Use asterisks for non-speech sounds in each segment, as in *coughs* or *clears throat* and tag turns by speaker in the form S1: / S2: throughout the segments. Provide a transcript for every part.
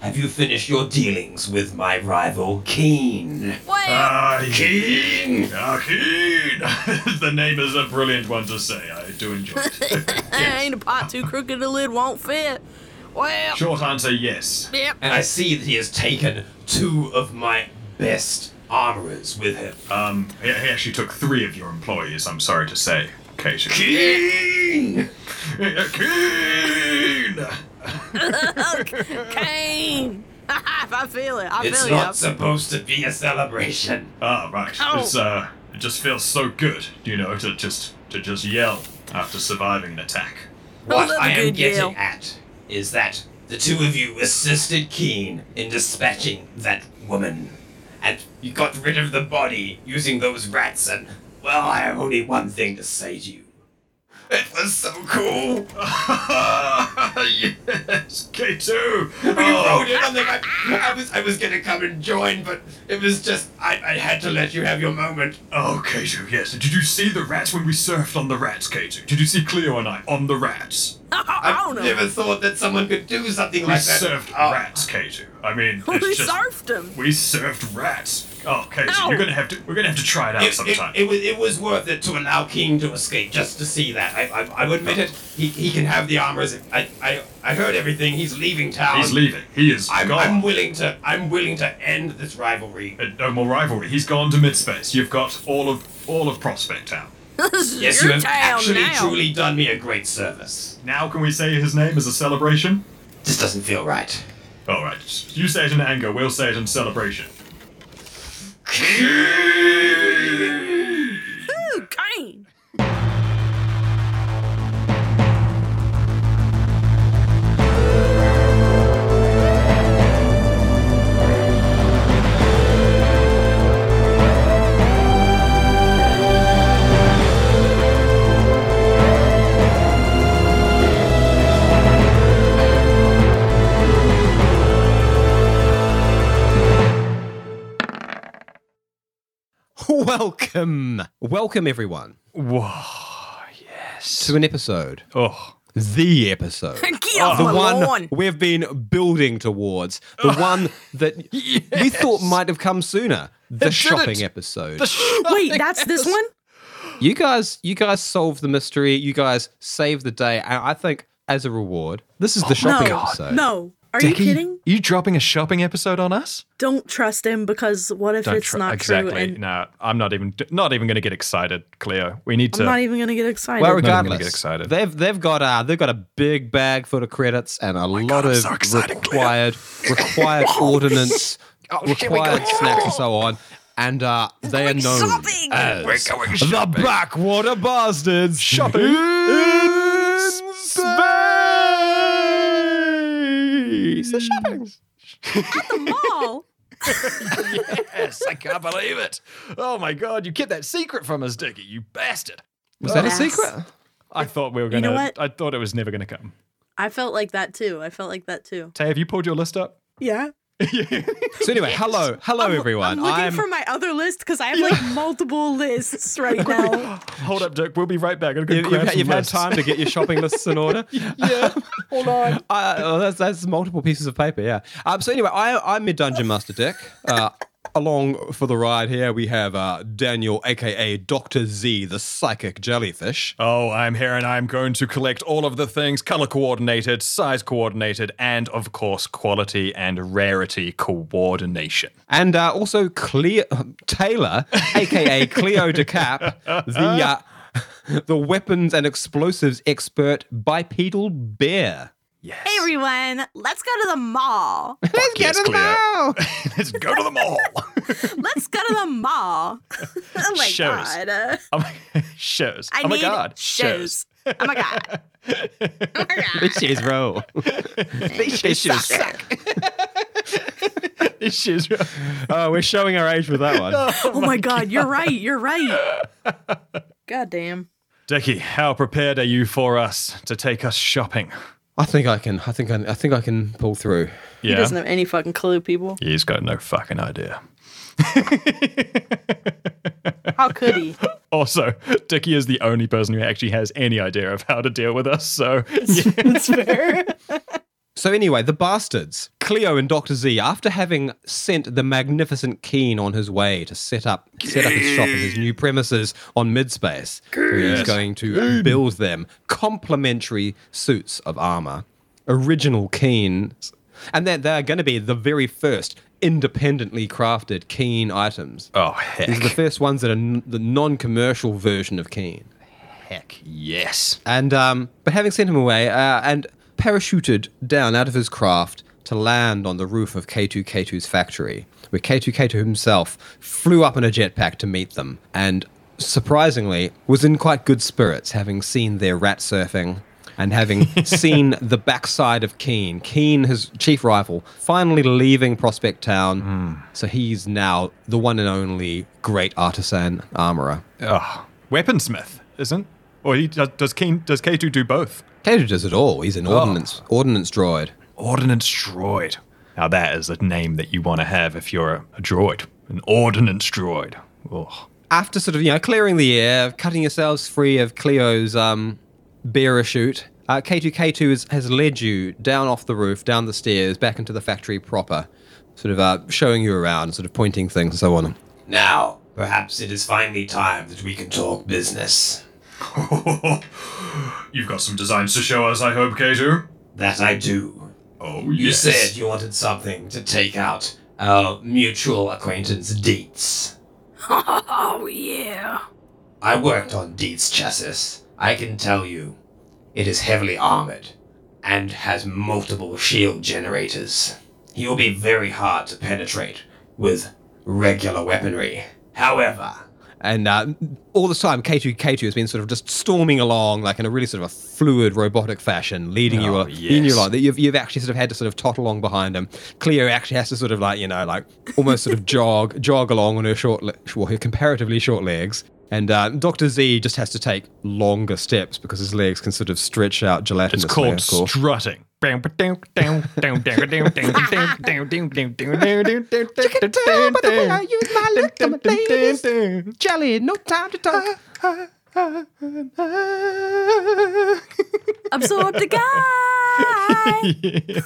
S1: have you finished your dealings with my rival, Keen?
S2: Wait!
S3: Ah, Keen! Ah,
S2: *laughs*
S3: Keen! the name is a brilliant one to say. I do enjoy
S1: *laughs*
S3: it.
S2: ain't a pot too crooked the lid won't fit. Well,
S3: Short answer, yes.
S2: *laughs* yep.
S1: And I see that he has taken two of my best armorers with him.
S3: Um, he, he actually took three of your employees, I'm sorry to say, Keisha. *laughs*
S1: Keen!
S3: Keen!
S2: *laughs* Kane! I feel it. I feel
S1: It's
S2: you.
S1: not supposed to be a celebration.
S3: Ah, right.
S2: Ow.
S3: It's, uh, it just feels so good, you know, to just to just yell after surviving an
S1: *laughs*
S3: attack.
S1: What
S2: love a
S1: I am
S2: good
S1: getting
S2: yell.
S1: at is that the two of you assisted Keen in dispatching that woman. And you got rid of the body using those rats, and, well, I have only one thing to say to you. It was so
S2: *laughs*
S1: cool!
S3: yes, K2!
S1: When you wrote
S3: Oh,
S1: it, I'm like, I, I was, I was gonna come and join, but it was just, I, I had to let you have your moment.
S3: oh, K2, yes. Did you see the rats when we surfed on the rats, K2? Did you see Cleo and I on the rats?
S2: *laughs* I
S1: I
S2: don't know.
S1: never thought that someone could do something
S3: We
S1: like that.
S3: surfed
S1: Oh,
S3: rats, K2. I mean,
S2: we
S3: it's just,
S2: surfed him.
S3: we surfed rats. Oh, K2,
S2: Ow.
S3: you're gonna have to, we're gonna have to try it out
S1: It, it,
S3: sometime.
S1: it was, it was worth it to allow King to escape just to see that. I, I, I would admit it. He, he can have the armors. I, I, I heard everything. He's leaving town.
S3: He's leaving. He is
S1: I'm,
S3: gone.
S1: I'm willing to. I'm willing to end this rivalry.
S3: Uh, no more rivalry. He's gone to midspace. You've got all of all of Prospect Town.
S2: this is *laughs*
S1: Yes,
S2: your
S1: you have
S2: town
S1: actually
S2: now.
S1: truly done me a great service.
S3: Now can we say his name as a celebration?
S1: This doesn't feel right.
S3: All right. You say it in anger. We'll say it in celebration.
S2: Ooh, Kane!
S4: Welcome. Welcome, everyone,
S3: Whoa. Yes.
S4: to an episode.
S3: Oh.
S4: The
S2: *laughs*
S4: episode.
S2: Get off
S4: the
S2: my
S4: one
S2: lawn!
S4: we've been building towards.
S3: *laughs*
S4: The one that we thought might have come sooner. The
S3: It
S4: shopping
S3: didn't.
S4: episode.
S2: *laughs* Wait, that's this one?
S4: you guys, you guys solved the mystery. You guys saved the day. And I think as a reward, this is the shopping
S2: Oh, no.
S4: episode.
S2: No. Are you kidding?
S5: You dropping a shopping episode on us?
S2: Don't trust him because what if it's
S5: tr-
S2: not
S5: exactly.
S2: true? And
S5: no, I'm not even not even going to get excited, Cleo. We need
S2: I'm
S5: to.
S2: not even going to get excited.
S4: Well,
S5: gonna get
S4: regardless,
S5: excited.
S4: they've they've got uh, they've got a big bag full of credits and a lot
S5: I'm
S4: of
S5: so excited, Cleo.
S4: required required ordinance, required snacks and so on. And uh, they are known
S2: shopping!
S4: as
S5: We're going
S4: the
S5: shopping.
S4: Blackwater Bastards
S2: *laughs*
S4: shopping in space. The shopping.
S2: Mall?
S5: yes, I can't believe it. Oh my god, you kept that secret from us, Dickie. You bastard.
S4: Was that a
S2: Yes.
S4: secret?
S5: I thought we were
S2: You
S5: going
S2: know
S5: to.
S2: what?
S5: I thought it was never going to come.
S2: I felt like that too. I felt like that too.
S5: Tay, have you pulled your list up?
S2: Yeah.
S4: So anyway, hello, hello
S2: I'm-
S4: everyone.
S2: I'm looking for my other list because I have like multiple lists
S3: *laughs*
S2: right now.
S3: Hold up, Dirk. We'll be right back. I'm gonna go
S4: you,
S3: grab
S4: have
S3: some
S4: you've had
S3: lists.
S4: time
S3: *laughs*
S4: to get your *laughs* shopping lists in order. yeah, hold on. *laughs* Uh, well, that's, that's multiple pieces of paper. Yeah. Um, so anyway, I, I'm your dungeon master, Dick. Uh, along for the ride here, we have uh, Daniel, aka Doctor Z, the psychic jellyfish.
S3: Oh, I'm here and I'm going to collect all of the things color coordinated, size coordinated, and of course, quality and rarity coordination.
S4: And uh, also Cleo *laughs* Taylor, aka Cleo DeCap, the uh, *laughs* the weapons and explosives expert, bipedal bear.
S3: Yes.
S2: Hey everyone, let's go to the mall.
S4: Let's
S3: get yes, to the Cleo.
S4: mall.
S3: *laughs*
S4: *laughs*
S3: Let's go to the *laughs* mall.
S2: Let's go to the mall. *laughs* oh my
S3: Shows.
S2: god. Uh,
S3: oh my, shows.
S2: I
S3: oh my
S2: need
S3: god.
S2: shows. Oh my
S3: *laughs*
S2: god. Oh my god.
S4: Bitches *laughs* roll. Bitches
S3: These *laughs* shoes.
S4: Oh, we're showing our age with that *laughs* one.
S2: *laughs* Oh my god, you're right. You're right. God damn.
S3: Decky, how prepared are you for us to take us shopping?
S4: I think I can. I think I, I think I can pull through.
S3: Yeah.
S2: He doesn't have any fucking clue, people.
S3: He's got no fucking idea.
S2: *laughs* How could he?
S3: Also, *laughs* Dickie is the only person who actually has any idea of how to deal with us, so
S2: That's fair.
S4: So anyway, the bastards, Cleo and Doctor Z, after having sent the magnificent Keen on his way to set up set up his shop in his new premises on Midspace, where he's going to build them complementary suits of armor, original Keen, and that they're going to be the very first independently crafted Keen items.
S3: Oh heck.
S4: These are the first ones that are n- the non-commercial version of Keen.
S3: heck yes.
S4: And um, but having sent him away uh, and parachuted down out of his craft to land on the roof of K2K2's factory, where K2K2 himself flew up in a jetpack to meet them, and surprisingly was in quite good spirits, having seen their rat surfing. And having seen the backside of Keen, Keen, his chief rival, finally leaving Prospect Town. So he's now the one and only great artisan armorer.
S3: Oh. Weaponsmith, isn't? Or he does does Keen does K2 do both?
S4: Kato does it all. He's an ordnance ordnance droid.
S3: Ordnance droid. Now that is a name that you want to have if you're a, a droid. An ordnance droid. Oh.
S4: After sort of you know clearing the air, cutting yourselves free of Cleo's um, bearer chute, uh, K2K2 has, has led you down off the roof, down the stairs, back into the factory proper, sort of uh, showing you around, sort of pointing things and so on.
S1: Now, perhaps it is finally time that we can talk business.
S6: You've got some designs to show us, I hope, K2.
S1: That I do.
S6: Oh,
S1: You
S6: yes.
S1: said you wanted something to take out our mutual acquaintance Dietz.
S2: Oh yeah.
S1: I worked on Dietz chassis. I can tell you, it is heavily armored and has multiple shield generators. He will be very hard to penetrate with regular weaponry. However,
S4: And uh, all this time, K2K2 has been sort of just storming along, like in a really sort of a fluid, robotic fashion, leading you,
S3: Oh,
S4: al- leading you
S3: yes.
S4: along. That you've, you've actually sort of had to sort of tot along behind him. Cleo actually has to sort of like you know, like almost sort of *laughs* jog, jog along on her short, le- well, her comparatively short legs. And uh, Doctor Z just has to take longer steps because his legs can sort of stretch out
S3: It's
S4: gelatinously.
S3: called
S4: of course.
S3: strutting.
S4: Jelly, no time to talk.
S2: I'm so up the guy.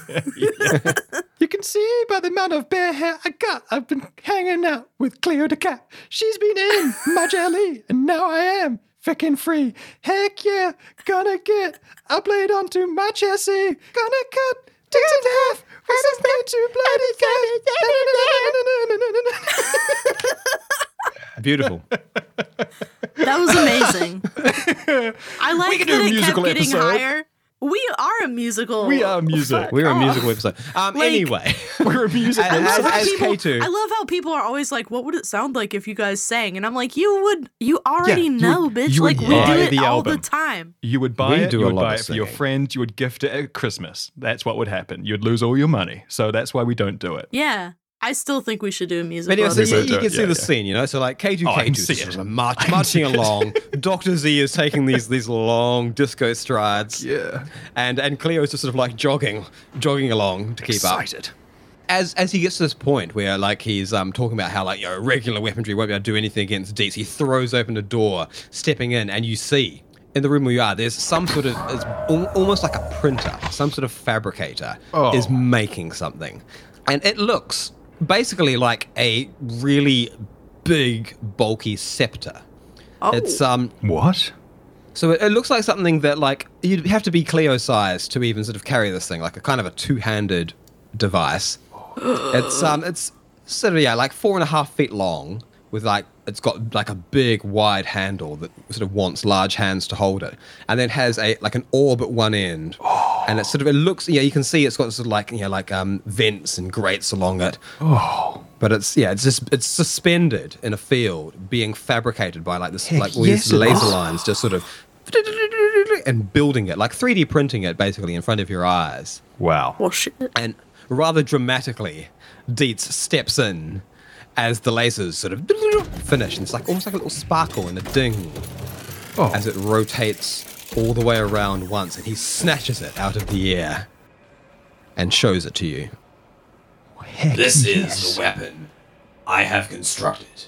S3: *laughs* You can see by the amount of bare hair I got, I've been hanging out with Cleo the cat. She's been in my jelly, and now I am freaking free. Heck yeah, gonna get a blade onto my chassis. Gonna cut things in half. Where's this blade to bloody cat?
S4: Beautiful.
S2: That was
S3: *laughs*
S2: amazing. I like
S3: can do
S2: that it kept
S3: a musical
S2: getting
S3: episode.
S2: higher. We are a musical.
S3: We are music.
S4: We're a music
S3: Oh.
S4: website. Um,
S2: Like-
S3: *laughs*
S4: anyway, *laughs*
S3: We're a music.
S4: I- I-
S2: I
S4: As-
S2: love, how
S4: as
S2: people,
S4: K2.
S2: I love how people are always like, "What would it sound like if you guys sang?" And I'm like, "You would. You already
S3: you
S2: know,
S3: would-
S2: bitch.
S3: you
S2: like
S3: would
S2: we
S3: buy
S2: do it
S3: the
S2: all
S3: album.
S2: the time."
S3: You would buy
S4: We
S3: it.
S4: do
S3: you
S4: a
S3: would
S4: lot
S3: buy
S4: of
S3: it for your
S4: singing.
S3: friend. You would gift it at Christmas. That's what would happen. You'd lose all your money. So that's why we don't do it.
S2: Yeah, I still think we should do a musical.
S4: But anyway, so
S2: episode.
S4: you,
S3: Everybody
S4: you
S3: do
S4: can
S3: it,
S4: see
S3: yeah,
S4: the
S3: yeah.
S4: scene, you know. So like K2K2
S3: Oh, I can
S4: is
S3: see
S4: sort
S3: it.
S4: of march,
S3: *laughs* I can
S4: marching
S3: see it.
S4: along. Doctor Z is taking these these long disco strides,
S3: Yeah.
S4: and and Cleo is just sort of like jogging, jogging along to keep up. as as he gets to this point where like he's um talking about how like your regular weaponry won't be able to do anything against Deets, he throws open a door, stepping in, and you see in the room where you are, there's some sort of it's al- almost like a printer, some sort of fabricator
S3: Oh.
S4: is making something, and it looks basically like a really big, bulky scepter.
S2: Oh,
S4: It's um
S3: What?
S4: so it, it looks like something that like you'd have to be Cleo sized to even sort of carry this thing, like a kind of a two handed device. it's
S3: Uh,
S4: um it's sort of yeah, like four and a half feet long with like it's got like a big wide handle that sort of wants large hands to hold it. And then has a like an orb at one end.
S3: Oh.
S4: And it sort of it looks yeah, you can see it's got sort of like you know, like um vents and grates along it.
S3: Oh.
S4: But it's yeah, it's just it's suspended in a field, being fabricated by like this like all
S3: yes,
S4: these
S3: it
S4: laser
S3: is.
S4: lines, just sort of *gasps* and building it, like 3D printing it basically in front of your eyes.
S3: Wow.
S2: well, shit.
S4: And rather dramatically, Dietz steps in as the lasers sort of finish, and it's like almost like a little sparkle and a ding
S3: Oh.
S4: as it rotates all the way around once, and he snatches it out of the air and shows it to you.
S3: heck
S1: This
S3: yes.
S1: is the weapon I have constructed.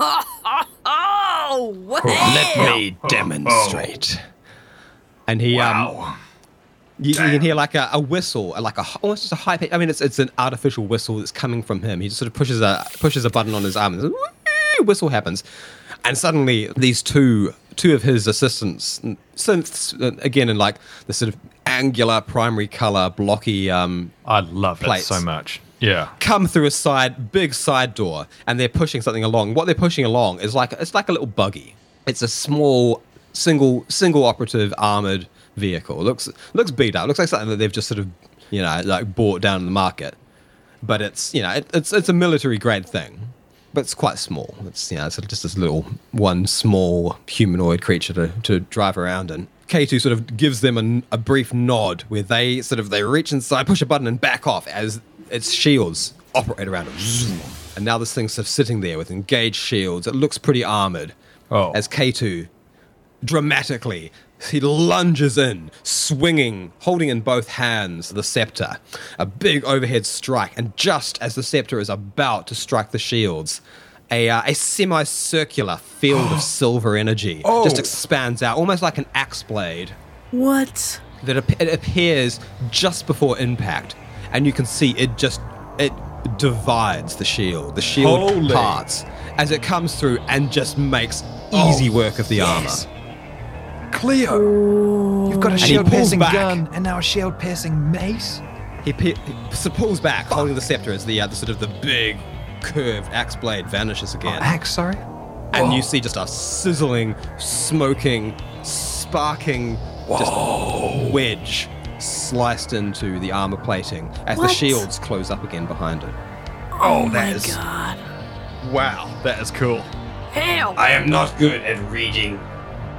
S2: Oh, what?
S4: Let me demonstrate. Oh, And he um,
S7: Wow.
S4: You, you can hear like a, a whistle, like a almost just a high pitch. I mean, it's it's an artificial whistle that's coming from him. He just sort of pushes a pushes a button on his arm, and this wee- whistle happens, and suddenly these two two of his assistants, n- synths, uh, again in like the sort of angular primary color blocky um,
S3: I love that
S4: Plates.
S3: so much. Yeah.
S4: come through a side big side door and they're pushing something along what they're pushing along is like it's like a little buggy it's a small single single operative armored vehicle looks looks beat up looks like something that they've just sort of you know like bought down in the market but it's you know it, it's it's a military grade thing but it's quite small it's you know it's just this little one small humanoid creature to, to drive around in k2 sort of gives them an, a brief nod where they sort of they reach inside push a button and back off as its shields operate around it and now this thing's sort of sitting there with engaged shields it looks pretty armored
S3: Oh.
S4: as k2 dramatically. He lunges in, swinging, holding in both hands the scepter. A big overhead strike, and just as the scepter is about to strike the shields, a, uh, a semicircular field of silver energy just expands out, almost like an axe blade
S2: What?
S4: that ap- it appears just before impact, and you can see it just it divides the shield. The shield
S3: Holy.
S4: parts as it comes through and just makes easy work of the armor.
S3: Cleo! You've got a
S4: he
S3: shield
S4: pulls
S3: piercing
S4: back.
S3: gun and now a shield piercing mace?
S4: He, pe- he s- pulls back, holding the scepter as the, uh, the sort of the big curved axe blade vanishes again,
S3: Axe, sorry?
S4: and you see just a sizzling, smoking, sparking just wedge sliced into the armor plating as the
S2: What?
S4: shields close up again behind it.
S3: Oh, that
S2: My God.
S3: Wow, that is cool.
S2: Hell,
S1: I am not good at reading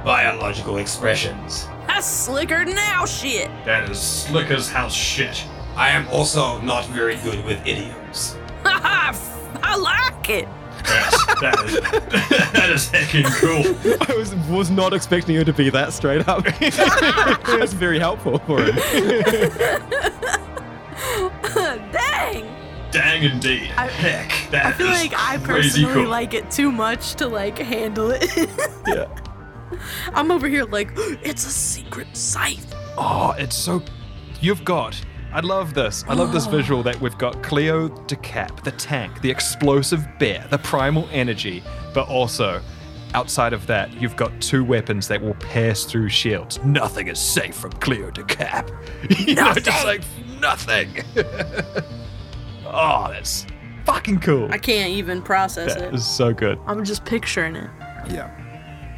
S1: biological expressions.
S2: that's slicker now shit. *laughs*
S7: That is slick as house shit.
S1: I am also not very good with idioms.
S2: Haha, I like it. *laughs*
S7: Yes, that is, *laughs* that is heckin' cool.
S4: I was, was not expecting you to be that straight up. *laughs* That's very helpful for him.
S2: Dang.
S7: Dang indeed.
S2: I-
S7: Heck, that
S2: I feel
S7: is
S2: like I
S7: crazy
S2: personally
S7: cool.
S2: like it too much to like handle it. *laughs* yeah. I'm over here like *gasps* it's a secret scythe.
S3: Oh, it's so. You've got. I love this.
S2: *gasps*
S3: I love this visual that we've got Cleo DeCap, the tank, the explosive bear, the primal energy, but also outside of that, you've got two weapons that will pierce through shields. Nothing is safe from Cleo DeCap. *laughs* you know, just like nothing. *laughs* oh, that's fucking cool.
S2: I can't even process
S3: That
S2: it.
S3: is so good.
S2: I'm just picturing it.
S3: Yeah.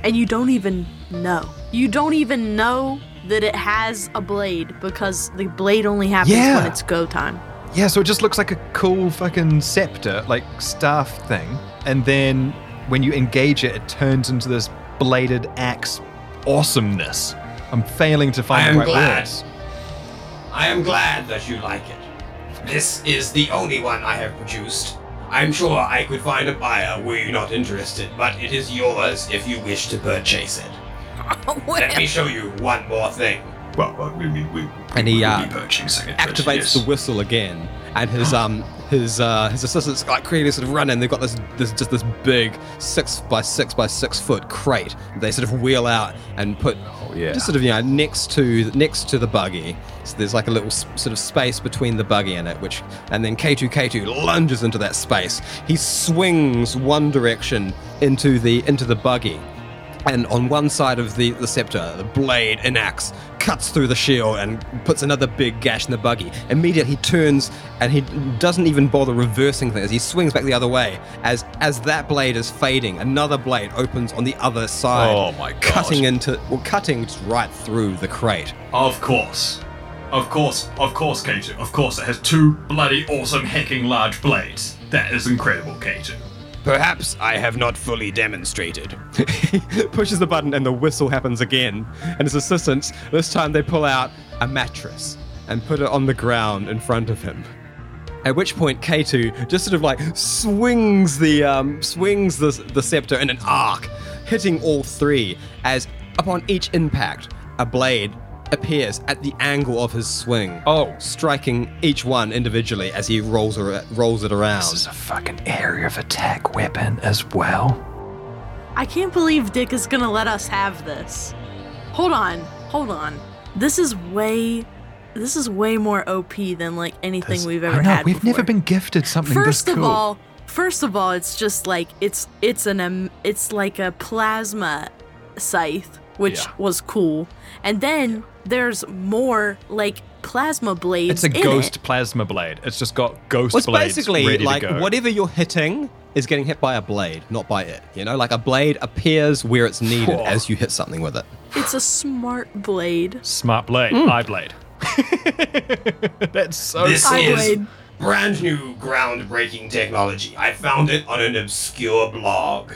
S2: And you don't even know. You don't even know that it has a blade because the blade only happens
S3: Yeah.
S2: when it's go time.
S3: Yeah, so it just looks like a cool fucking scepter, like staff thing. And then when you engage it, it turns into this bladed axe awesomeness. I'm failing to find
S1: I
S3: the
S1: am
S3: right
S1: glad.
S3: words.
S1: I am glad that you like it. This is the only one I have produced. I'm sure I could find a buyer were you not interested, but it is yours if you wish to purchase it. Let me show you one more thing.
S7: Well, well, we, we, we,
S4: And he,
S7: we will
S4: uh,
S7: be purchasing it. but
S4: activates
S7: yes.
S4: the whistle again, and his um his uh his assistants like create a sort of run, and they've got this this just this big six by six by six foot crate. They sort of wheel out and put
S3: yeah.
S4: just sort of you know next to next to the buggy. So there's like a little s- sort of space between the buggy and it, which and then K2 K2 lunges into that space. He swings one direction into the into the buggy. And on one side of the, the scepter, the blade, an axe, cuts through the shield and puts another big gash in the buggy. Immediately he turns and he doesn't even bother reversing things. He swings back the other way. As as that blade is fading, another blade opens on the other side.
S7: Oh my God.
S4: Cutting into well, cutting just right through the crate.
S7: Of course. Of course, of course, K2. Of course, it has two bloody awesome hacking large blades. That is incredible, K2.
S4: Perhaps I have not fully demonstrated. he *laughs* pushes the button and the whistle happens again. And his assistants, this time they pull out a mattress and put it on the ground in front of him. At which point K2 just sort of like swings the um, swings the, the scepter in an arc, hitting all three as upon each impact, a blade appears at the angle of his swing.
S3: Oh.
S4: striking each one individually as he rolls ar- rolls it around.
S8: This is a fucking area of attack weapon as well.
S2: I can't believe Dick is gonna let us have this. Hold on, hold on. This is way, this is way more OP than like anything
S8: This-
S2: we've
S8: I
S2: ever
S8: know,
S2: had.
S8: We've never
S2: before.
S8: been gifted something
S2: First
S8: this
S2: of
S8: cool.
S2: all, first of all, it's just like it's it's an um, it's like a plasma scythe, which
S3: Yeah.
S2: was cool. And then there's more like plasma blades.
S3: It's a
S2: in
S3: ghost
S2: It.
S3: plasma blade. It's just got ghost
S4: Well, it's
S3: blades
S4: basically
S3: ready to
S4: like
S3: go.
S4: whatever you're hitting is getting hit by a blade, not by it. You know, like a blade appears where it's needed
S3: Phew.
S4: as you hit something with it.
S2: It's a smart blade.
S3: Smart blade,
S4: Hmm.
S3: eye blade. *laughs* That's so.
S1: This
S2: I
S1: is
S2: would.
S1: brand new groundbreaking technology. I found it on an obscure blog.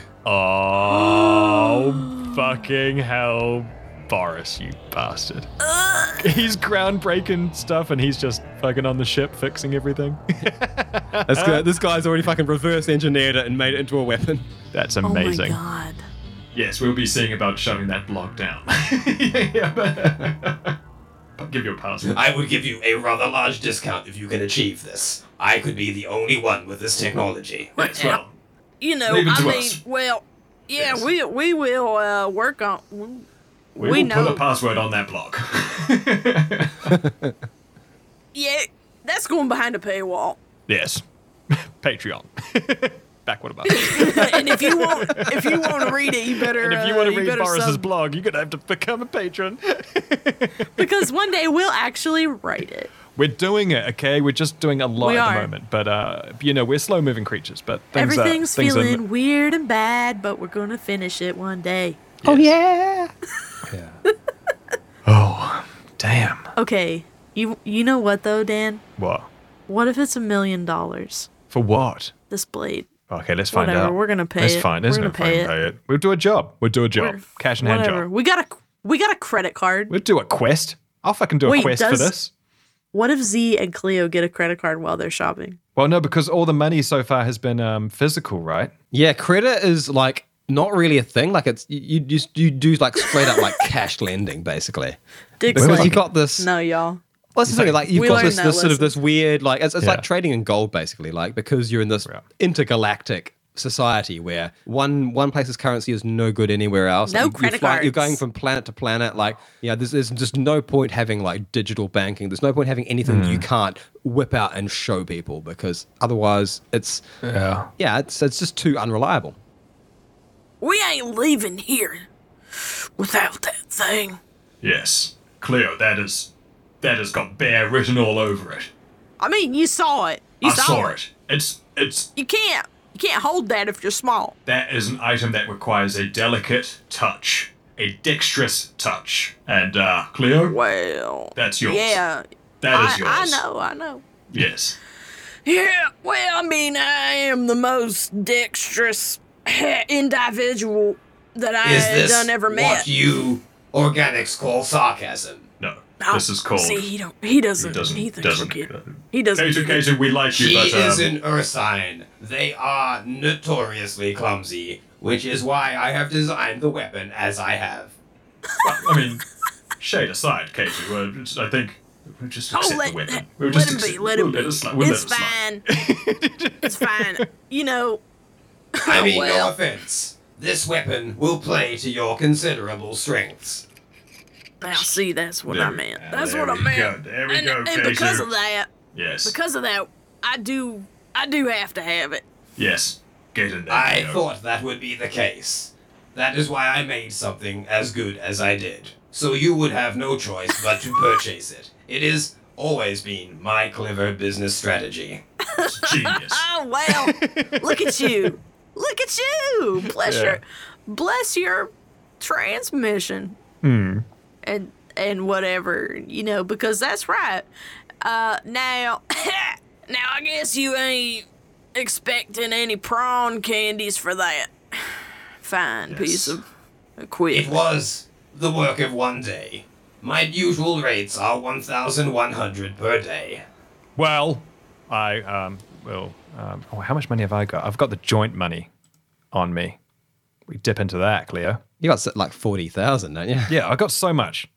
S3: Oh, fucking hell, Boris, you bastard. He's groundbreaking stuff and he's just fucking on the ship fixing everything.
S4: *laughs* This, guy, this guy's already fucking reverse engineered it and made it into a weapon. *laughs*
S3: That's
S2: Oh
S3: amazing.
S2: my god.
S7: Yes, we'll be seeing about shutting that block down. *laughs* yeah, yeah, but- I'll give you a pass.
S1: I would give you a rather large discount if you can achieve this. I could be the only one with this technology.
S7: Right, well,
S2: You know,
S7: Leave it
S2: I
S7: to
S2: mean,
S7: us.
S2: well, yeah,
S7: Yes.
S2: we we will uh, work on. We,
S7: we, will
S2: know.
S7: put a password on that block.
S2: yeah, that's going behind a paywall. *laughs*
S3: Yes. *laughs* Patreon. *laughs* Backward about it.
S2: and if you want, if you want to read it, you better.
S3: *laughs* And if you
S2: uh,
S3: want to read
S2: better
S3: Boris's
S2: sub-
S3: blog, you're going to have to become a patron.
S2: because one day we'll actually write it.
S3: *laughs* We're doing it, okay? We're just doing a lot
S2: We
S3: at
S2: are.
S3: the moment. But, uh, you know, we're slow moving creatures, but things are-
S2: Everything's
S3: things are-
S2: feeling weird and bad, but we're gonna finish it one day.
S5: Oh, yeah.
S3: Oh,
S8: Damn.
S2: Okay, you you know what though, Dan?
S3: What?
S2: What if it's a million dollars?
S3: For what?
S2: This blade.
S3: Okay, let's find
S2: Whatever,
S3: out.
S2: we're gonna pay
S3: It's
S2: it.
S3: fine.
S2: We're
S3: There's
S2: gonna
S3: no
S2: pay
S3: fucking
S2: it.
S3: pay it. We'll do a job. We'll do a job.
S2: Or
S3: Cash and hand
S2: whatever.
S3: job.
S2: We got a we got a credit card.
S3: We'll do a quest. I'll fucking do a
S2: Wait,
S3: quest for
S2: does-
S3: this.
S2: What if Z and Cleo get a credit card while they're shopping?
S3: Well, no, because all the money so far has been um, physical, right?
S4: Yeah, credit is like not really a thing. Like it's you you, you do like straight up like *laughs* cash lending basically.
S2: Dick's
S4: Because
S2: like,
S4: you got this.
S2: no, y'all.
S4: Well, that's the thing. Like you've
S2: We
S4: got
S2: learned
S4: this,
S2: that
S4: this sort of
S2: lesson.
S4: this weird like it's, it's
S3: Yeah.
S4: like trading in gold basically. Like because you're in this
S3: Right.
S4: intergalactic society where one one place's currency is no good anywhere else.
S2: No
S4: you, you're
S2: credit
S4: flying- You're
S2: cards.
S4: going from planet to planet. Like yeah, there's, there's just no point having like digital banking. There's no point having anything
S2: Mm.
S4: you can't whip out and show people because otherwise it's
S8: Yeah.
S4: yeah it's it's just too unreliable.
S2: We ain't leaving here without that thing.
S7: yes, Cleo, that is. That has got bear written all over it.
S2: I mean, you saw it. You
S7: I saw it. It's. It's.
S2: You can't. You can't hold that if you're small.
S7: That is an item that requires a delicate touch, a dexterous touch. And, uh, Cleo,
S2: Well,
S7: that's yours.
S2: yeah.
S7: That is
S2: I,
S7: yours.
S2: I know. I know.
S7: Yes.
S2: Yeah. Well, I mean, I am the most dexterous *laughs* individual that I
S1: Is
S2: have
S1: this
S2: done ever met.
S1: what you organics call sarcasm?
S7: No.
S2: Oh,
S7: This is called.
S2: See, he don't. He doesn't. He
S7: doesn't.
S2: doesn't. He
S7: doesn't.
S2: get,
S7: uh,
S2: he doesn't.
S7: Kato,
S2: get it.
S7: Kato, we like you,
S1: She
S7: but. Um,
S1: is an Ursine. They are notoriously clumsy, which is why I have designed the weapon as I have.
S7: I mean, shade aside, Katie. We're just, I think we'll just
S2: Oh,
S7: accept
S2: let,
S7: the weapon. We'll
S2: let
S7: just
S2: him be.
S7: accept-
S2: Let him
S7: we'll
S2: be.
S7: Let it slide. We'll
S2: it's
S7: let it slide.
S2: fine.
S7: *laughs*
S2: it's fine. You know,
S4: Ah,
S1: I mean,
S2: well.
S1: no offense. This weapon will play to your considerable strengths.
S2: now see, that's what I
S7: There-
S2: meant.
S7: ah,
S2: That's
S7: there
S2: what I
S7: we
S2: meant.
S7: go, there we
S2: and,
S7: go,
S2: and because
S7: Kaiser.
S2: of that,
S7: Yes.
S2: because of that, I do, I do have to have it.
S7: yes. Get in there.
S1: I
S7: Cleo.
S1: thought that would be the case. That is why I made something as good as I did. So you would have no choice but to purchase it. It has always been my clever business strategy.
S7: It's genius.
S2: Oh well, look at
S3: *laughs*
S2: you, look at you. Bless your, bless your transmission,
S3: Hmm.
S2: and and whatever you know because that's right. Uh, now, *coughs* now I guess you ain't expecting any prawn candies for that *sighs* fine piece of
S1: It
S2: equipment.
S1: was the work of one day. My usual rates are 1,100 per day.
S3: Well, I um will. Um, oh, how much money have I got? I've got the joint money on me. We dip into that, Cleo.
S4: You got like 40,000, don't you?
S3: Yeah, I got so much.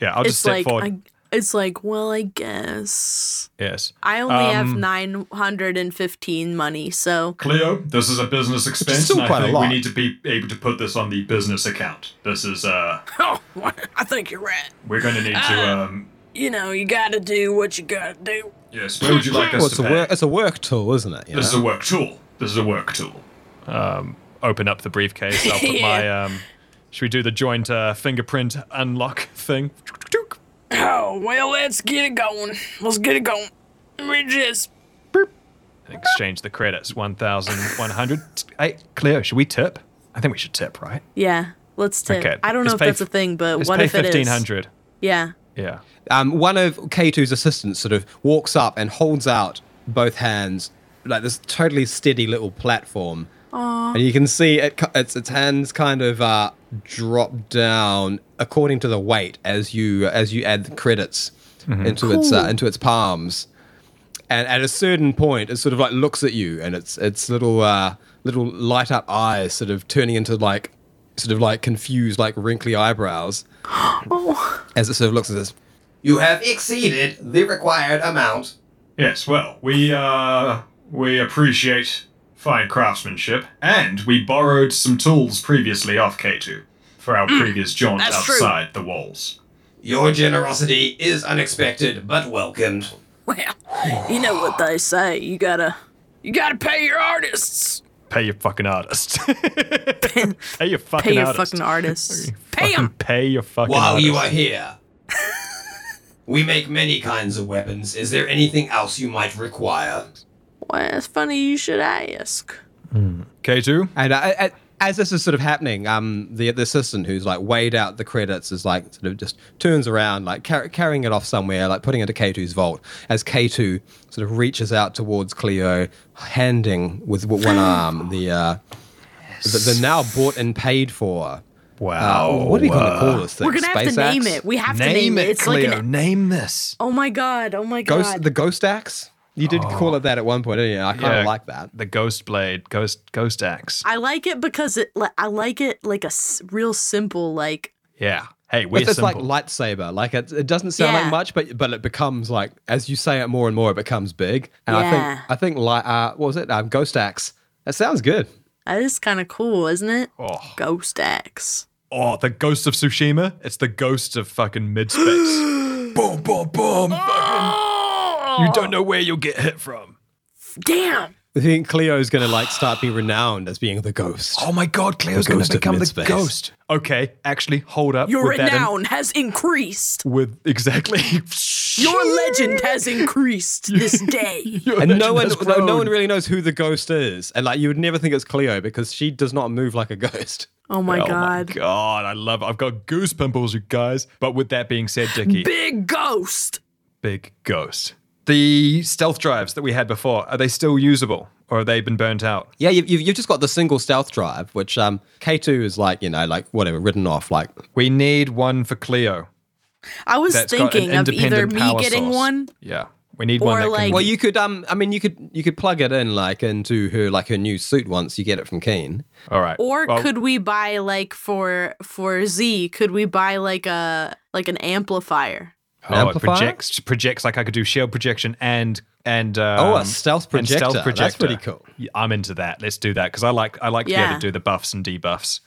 S3: Yeah, I'll just
S2: It's
S3: step
S2: like
S3: forward.
S2: I, it's like well, I guess
S3: Yes.
S2: I only have
S3: Um,
S2: nine hundred and fifteen money, so.
S7: Cleo, this is a business expense,
S4: still
S7: and I
S4: quite a
S7: think
S4: lot.
S7: we need to be able to put this on the business account. This is uh,
S2: Oh, *laughs* I think you're right.
S7: we're going to need to
S2: Uh,
S7: um,
S2: You know, you gotta do what you gotta do.
S7: yes. Where would you like us
S4: Well, it's,
S7: to
S4: a
S7: pay?
S4: work, it's a work tool, isn't it? you
S7: This is
S4: know?
S7: a work tool. This is a work tool.
S3: open up the briefcase. I'll
S2: *laughs*
S3: put
S2: Yeah.
S3: my um. Should we do the joint uh, fingerprint unlock thing?
S2: Oh, well, let's get it going. Let's get it going. We just.
S3: Exchange the credits. One thousand one hundred. Hey, Cleo, should we tip? I think we should tip, right?
S2: Yeah, let's tip.
S3: Okay,
S2: I don't know
S3: let's
S2: if
S3: pay
S2: that's a
S3: f-
S2: thing, but
S3: Let's
S2: what
S3: pay
S2: if it is?
S3: fifteen hundred.
S2: Yeah.
S3: Yeah.
S4: um, one of K2's assistants sort of walks up and holds out both hands, like this totally steady little platform. And you can see it, co- its its hands kind of uh, drop down according to the weight as you as you add the credits into its uh, into its palms. And at a certain point, it sort of like looks at you, and its its little uh, little light up eyes sort of turning into like sort of like confused, like wrinkly eyebrows. As it sort of looks at this,
S1: You have exceeded the required amount.
S7: Yes. Well, we uh, we appreciate fine craftsmanship, and we borrowed some tools previously off K2 for our previous jaunt
S2: Mm, that's true.
S7: outside the walls.
S1: Your generosity is unexpected but welcomed.
S2: Well, you know what they say. You gotta. You gotta pay your artists.
S3: Pay your fucking artist. *laughs* pay your fucking
S2: Pay your
S3: artist.
S2: fucking
S3: *laughs*
S2: artists. pay
S3: Fucking
S2: them.
S3: Pay your fucking
S1: While
S3: artist.
S1: you are here, we make many kinds of weapons. Is there anything else you might require?
S2: Well, it's funny you should ask.
S3: K2.
S4: And uh, a- as this is sort of happening, um, the, the assistant who's like weighed out the credits is like sort of just turns around, like car- carrying it off somewhere, like putting it to K2's vault. As K2 sort of reaches out towards Cleo, handing with w- one arm the, uh, the the now bought and paid for.
S3: Wow.
S1: Oh,
S4: Uh, what are we going to call this thing?
S2: We're gonna have to
S4: Space
S2: name
S4: axe?
S2: it. We have to
S3: Name
S2: name it.
S3: it,
S2: It's
S3: Cleo.
S2: like an.
S3: Name this.
S2: Oh my god. Oh my god.
S4: Ghost, the ghost axe. You did call it that at one point, didn't you? I kind of
S3: Yeah.
S4: like that.
S3: The ghost blade. Ghost. Ghost axe.
S2: I like it because it. li- I like it like a s- real simple like
S3: Yeah. Hey, we're
S4: it's just
S3: simple.
S4: like lightsaber. Like it, it doesn't sound
S2: Yeah.
S4: like much, but but it becomes like as you say it more and more, it becomes big. And
S2: Yeah.
S4: I think I think like uh, what was it? Um, Ghost axe. That sounds good.
S2: That is kind of cool, isn't it?
S3: Oh.
S2: Ghost axe.
S3: Oh, the ghost of Tsushima? It's the ghost of fucking mid space. *gasps* boom, boom, boom.
S2: Ah!
S3: Fucking, you don't know where you'll get hit from.
S2: Damn.
S4: I think Cleo's gonna like start be renowned as being the ghost. *laughs*
S3: Oh my god, Cleo's gonna
S4: ghost of
S3: become the
S4: mid-space.
S3: ghost. Okay, actually, hold up.
S2: Your
S3: with that in-
S2: renown has increased.
S3: with exactly.
S2: Your legend has increased
S3: *laughs*
S2: this day.
S3: Your
S4: and no
S3: legend
S4: one,
S3: has
S4: no, no
S3: grown.
S4: one really knows who the ghost is, and like you would never think it's Cleo because she does not move like a ghost.
S2: *laughs* Oh my
S3: Oh
S2: god.
S3: my god, I love. I've got goose pimples, you guys. But with that being said, Dickie,
S2: Big ghost.
S3: big ghost. The stealth drives that we had before are they still usable, or have they been burnt out?
S4: Yeah, you've, you've, you've just got the single stealth drive, which um, K2 is like you know like whatever written off like
S3: We need one for Cleo.
S2: I was
S3: That's got an
S2: thinking of either
S3: independent
S2: me
S3: power
S2: getting
S3: source.
S2: one.
S3: Yeah, we need
S2: Or
S3: one that
S2: like-
S3: can.
S4: Well, you could. Um, I mean, you could. You could plug it in like into her like her new suit once you get it from Keen.
S3: all right.
S2: Or
S3: Well,
S2: could we buy like for for Z, could we buy like a like an amplifier.
S3: Oh, it
S4: Amplifier?
S3: projects projects like I could do shield projection and and um,
S4: Oh, a stealth
S3: and
S4: projector. That's pretty cool.
S3: Y- I'm into that. Let's do that because I like I like to be able
S2: Yeah.
S3: to do the buffs and debuffs.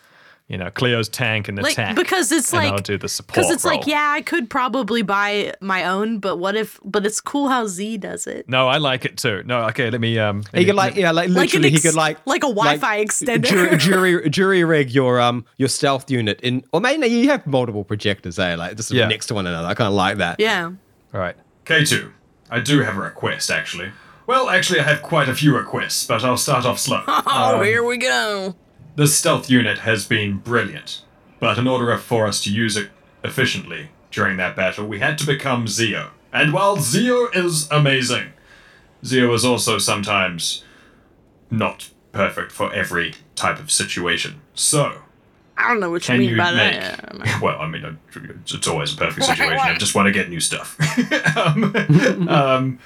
S3: You know, Cleo's tank and
S2: Like
S3: attack
S2: because it's
S3: and
S2: like
S3: I'll do the support.
S2: Because it's like,
S3: role.
S2: yeah, I could probably buy my own, but what if? But it's cool how Z does it.
S3: No, I like it too. No, okay, let me. Um, let
S4: He
S3: me-
S4: could like yeah,
S2: Like
S4: like
S2: an
S4: literally he
S2: ex-
S4: could like
S2: like a Wi-Fi extender. *laughs*
S4: Jury, jury jury rig your um your stealth unit in or maybe you have multiple projectors, eh? Like just
S3: Yeah.
S4: next to one another. I kinda like that.
S2: Yeah,
S3: all right.
S7: K2, I do have a request, actually. Well, actually, I have quite a few requests, but I'll start off slow.
S2: Oh, here we go.
S7: The stealth unit has been brilliant, but in order for us to use it efficiently during that battle, we had to become Zeo. And while Zeo is amazing, Zeo is also sometimes not perfect for every type of situation. So,
S2: I don't know what you
S7: can
S2: mean
S7: you
S2: by
S7: make?
S2: that.
S7: Well, I mean, I'm- it's always a perfect situation. I just want to get new stuff. *laughs* um, um,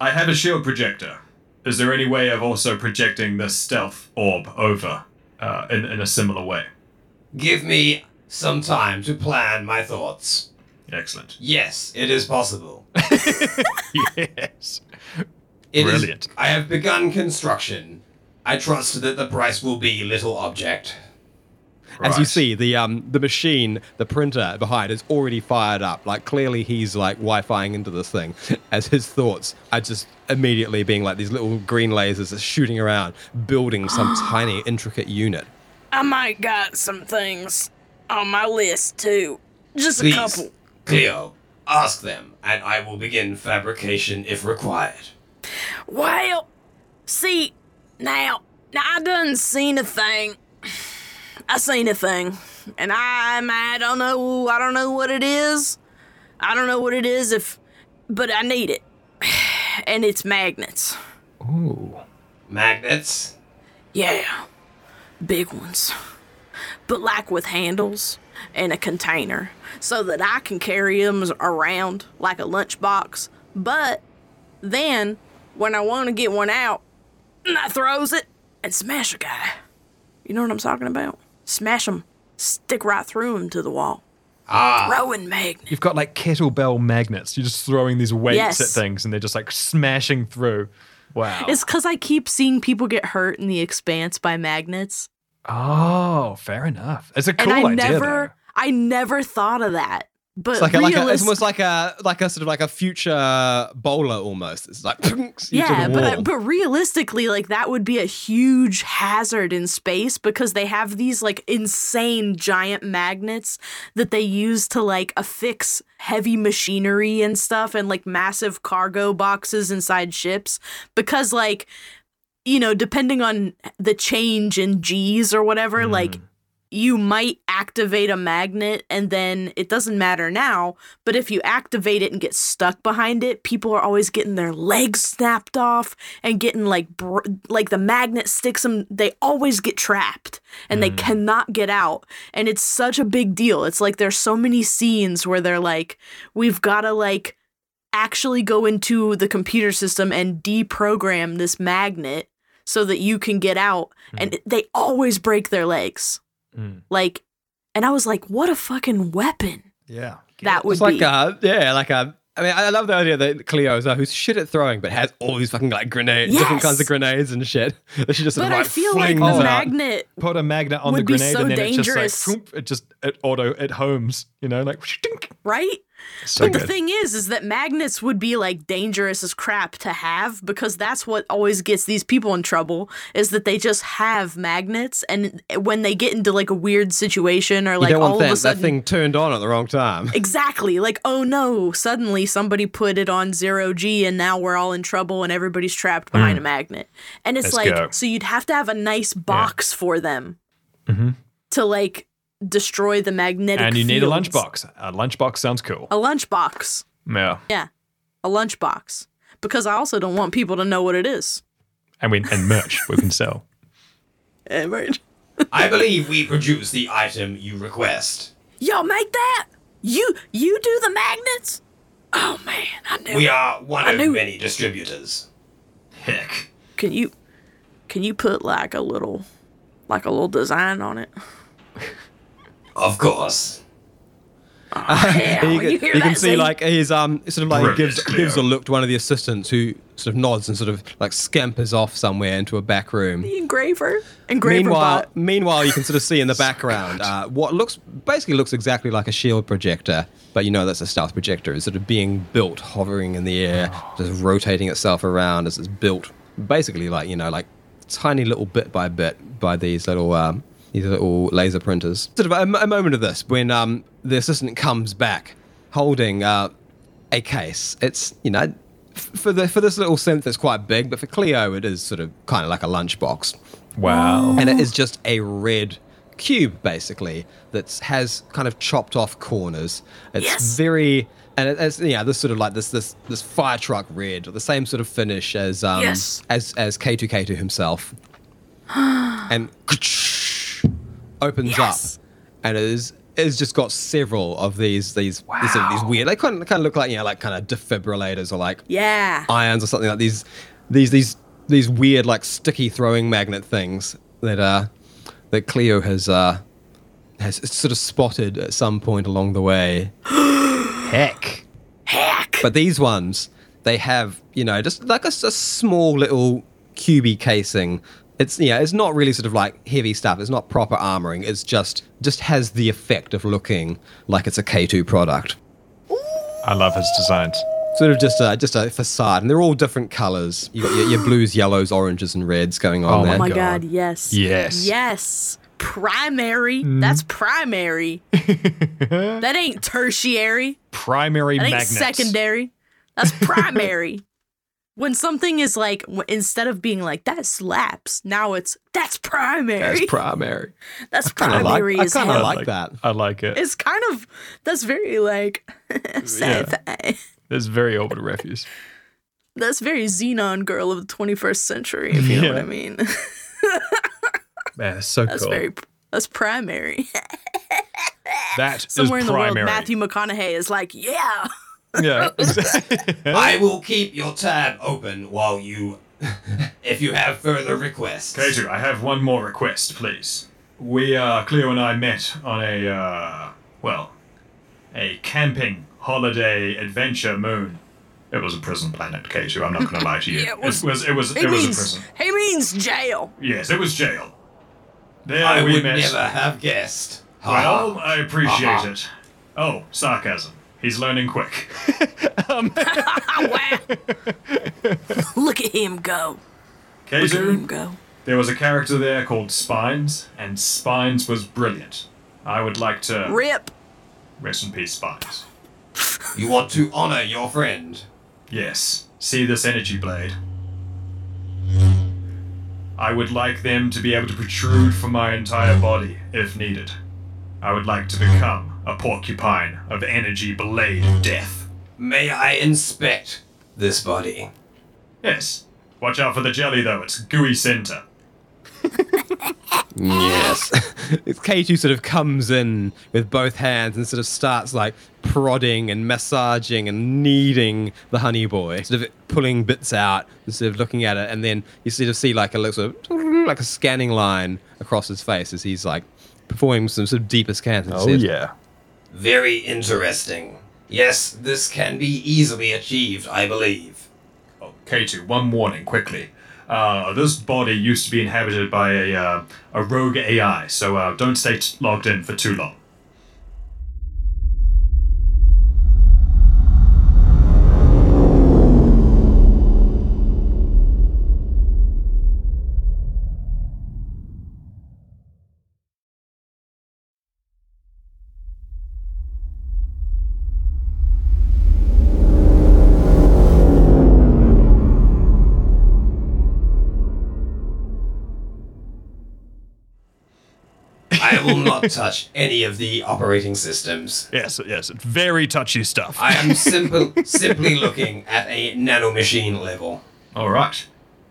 S7: I have a shield projector. Is there any way of also projecting the stealth orb over uh, in, in a similar way?
S1: Give me some time to plan my thoughts.
S7: Excellent.
S1: Yes, it is possible.
S3: *laughs* Yes.
S1: It is-
S3: Brilliant.
S1: I have begun construction. I trust that the price will be little object.
S4: As you
S7: Right.
S4: see, the um the machine, the printer behind is already fired up. Like clearly he's like Wi-Fiing into this thing, *laughs* as his thoughts are just immediately being like these little green lasers are shooting around, building some
S2: *gasps*
S4: tiny intricate unit.
S2: I might got some things on my list too. Just
S1: Please, Cleo, ask them, and I will begin fabrication if required.
S2: Well, see, now, now I done seen a thing. I seen a thing, and I'm I don't know I don't know what it is. I don't know what it is if, but I need it, *sighs* and it's magnets.
S1: Magnets?
S2: Yeah, big ones, but like with handles and a container, so that I can carry them around like a lunchbox. But then, when I want to get one out, I throws it and smash a guy. You know what I'm talking about? Smash 'em, stick right through 'em to the wall. Ah, throwing magnet.
S3: You've got like kettlebell magnets. You're just throwing these weights
S2: Yes.
S3: at things, and they're just like smashing through. Wow.
S2: It's because I keep seeing people get hurt in the expanse by magnets,
S3: oh, fair enough. It's a cool
S2: and I
S3: idea.
S2: never, I never thought of that. But
S4: It's like a, like a,
S2: realis-
S4: it's almost like a like a sort of like a future bowler almost. It's like *laughs*
S2: Yeah,
S4: into the
S2: but
S4: wall.
S2: but realistically, like that would be a huge hazard in space because they have these like insane giant magnets that they use to like affix heavy machinery and stuff and like massive cargo boxes inside ships because like you know, depending on the change in G's or whatever, like you might activate a magnet and then it doesn't matter now, but if you activate it and get stuck behind it, people are always getting their legs snapped off and getting like br- like the magnet sticks them they always get trapped and they cannot get out. And it's such a big deal. It's like there's so many scenes where they're like we've got to like actually go into the computer system and deprogram this magnet so that you can get out and it- they always break their legs
S3: Mm.
S2: like and i was like what a fucking weapon
S3: Yeah.
S2: that would
S4: it's like uh,
S2: be
S4: a yeah, like a. I mean, I love the idea that Cleo is uh, who's shit at throwing, but has all these fucking like grenades, different
S2: Yes.
S4: kinds of grenades and shit. *laughs* That she just sort
S2: but
S4: of,
S2: i
S4: like,
S2: feel like the
S4: flings out.
S2: magnet
S3: Put a magnet on the
S2: Would be
S3: grenade,
S2: so
S3: and then it's
S2: dangerous.
S3: just like phoomp, it just it auto it homes. You know, like *laughs* dink.
S2: right
S3: so
S2: but
S3: good.
S2: the thing is is that magnets would be like dangerous as crap to have because that's what always gets these people in trouble is that they just have magnets and when they get into like a weird situation or
S4: You
S2: like
S4: don't want
S2: all of a
S4: that, that
S2: sudden
S4: thing turned on at the wrong time.
S2: Exactly. Like, oh no, suddenly somebody put it on zero G and now we're all in trouble and everybody's trapped behind a magnet. And it's
S3: Mm. Let's
S2: like,
S3: go.
S2: so you'd have to have a nice box for them to like destroy the magnetic
S3: Mm-hmm. and you need a
S2: fields.
S3: lunchbox. A lunchbox sounds cool.
S2: A lunchbox.
S3: Yeah.
S2: Yeah. A lunchbox. Because I also don't want people to know what it is.
S3: And we and merch we can sell.
S2: Eh, right.
S1: I believe we produce the item you request.
S2: Y'all make that? You you do the magnets? Oh man, I knew
S1: We
S2: it.
S1: are one
S2: I
S1: of
S2: knew-
S1: many distributors.
S7: Heck.
S2: Can you can you put like a little like a little design on it?
S1: Of course.
S2: Yeah,
S4: you
S2: when
S4: can,
S2: you hear
S4: you can
S2: that,
S4: see
S2: Zane.
S4: like he's um sort of like
S7: Brilliant,
S4: gives
S7: Cleo.
S4: gives a look to one of the assistants who sort of nods and sort of like scampers off somewhere into a back room.
S2: the engraver, engraver
S4: meanwhile,
S2: bot.
S4: meanwhile, you can sort of see in the background uh, what looks basically looks exactly like a shield projector, but you know that's a stealth projector. It's sort of being built, hovering in the air, just rotating itself around as it's built. Basically, like you know, like tiny little bit by bit by these little um, these little laser printers. Sort of a, a moment of this when um, the assistant comes back, holding uh, a case. It's you know. f- For the for this little synth, it's quite big, but for Clio, it is sort of kind of like a lunchbox
S3: Wow.
S4: and it is just a red cube basically that has kind of chopped off corners. It's
S2: Yes.
S4: very and it- it's yeah this sort of like this this this fire truck red, the same sort of finish as um
S2: Yes.
S4: as as K2K2
S2: *gasps*
S4: himself, and opens
S2: Yes.
S4: up, and it is. It's just got several of these these these, sort of these weird. They kind of, kind of look like you know like kind of defibrillators or like
S2: Yeah.
S4: irons or something like these these these these weird like sticky throwing magnet things that uh that Cleo has uh has sort of spotted at some point along the way. Heck.
S2: Heck.
S4: But these ones, they have, you know, just like a, s- a small little cubey casing. It's yeah, it's not really sort of like heavy stuff. It's not proper armoring. It's just just has the effect of looking like it's a K2 product
S3: I love his designs.
S4: sort of just a just a facade, and they're all different colours. You got your, your blues, yellows, oranges, and reds going on.
S3: Oh
S4: there.
S3: my
S2: Oh my
S3: God.
S2: god, yes.
S3: Yes.
S2: Yes. Primary.
S4: Mm.
S2: That's
S4: *laughs*
S2: primary. that ain't tertiary.
S3: Primary
S2: That ain't
S3: magnets.
S2: secondary. That's primary. *laughs* when something is like w- instead of being like that slaps, now it's that's *laughs* primary. That's, *laughs*
S4: primary. I like.
S2: primary
S4: I
S2: as
S4: kind
S2: hell.
S4: of like that.
S3: I like it.
S2: It's
S3: It's,
S2: kind of that's very like *laughs* sci-fi.
S3: very old refuse.
S2: That's very xenon girl of the 21st century, if you know what
S3: Yeah.
S2: I mean. *laughs*
S3: Man, it's so
S2: That's
S3: cool.
S2: very that's primary. *laughs*
S3: That is
S2: Somewhere in the
S3: primary.
S2: world, Matthew McConaughey is like, yeah.
S3: Yeah. *laughs* exactly.
S1: I will keep your tab open while you. *laughs* if you have further requests.
S7: K2, I have one more request, please. We, uh, Cleo and I met on a, uh, well, a camping holiday adventure moon. It was a prison planet, K2. I'm not going to lie to you.
S2: *laughs* Yeah, it
S7: it was. It was. It was,
S2: He
S7: a
S2: means
S7: prison.
S2: he means jail.
S7: Yes, it was jail. There
S1: I
S7: we
S1: would
S7: met.
S1: never have guessed. Ha ha.
S7: Well, I appreciate
S1: Uh-huh.
S7: it. Oh, sarcasm. He's
S1: *laughs*
S7: learning quick.
S2: Oh wow! Look at him go. Look at him
S7: K2,
S2: go.
S7: there was a character there called Spines, and Spines was brilliant. I would like to
S2: Rip.
S7: rest in peace, Spines.
S1: You want to honor your friend.
S7: Yes. See this energy blade? I would like them to be able to protrude from my entire body if needed. I would like to become a porcupine of energy blade death.
S1: May I inspect this body?
S7: Yes. Watch out for the jelly though, it's gooey center.
S4: Yes. *laughs* K2 sort of comes in with both hands and sort of starts like prodding and massaging and kneading the honey boy, sort of pulling bits out and sort of looking at it, and then you sort of see like a little sort of like a scanning line across his face as he's like performing some sort of deeper scans. and
S3: Oh,
S4: says,
S1: Very interesting. Yes, this can be easily achieved, I believe.
S7: Oh, K2, one warning quickly. Uh, this body used to be inhabited by a, uh, a rogue AI, so uh, don't stay t- logged in for too long.
S1: I will
S7: *laughs*
S1: not touch any of the operating systems.
S3: Yes, yes. It's very touchy stuff.
S1: I am
S7: *laughs*
S1: simple, simply looking at a nanomachine level.
S7: All right.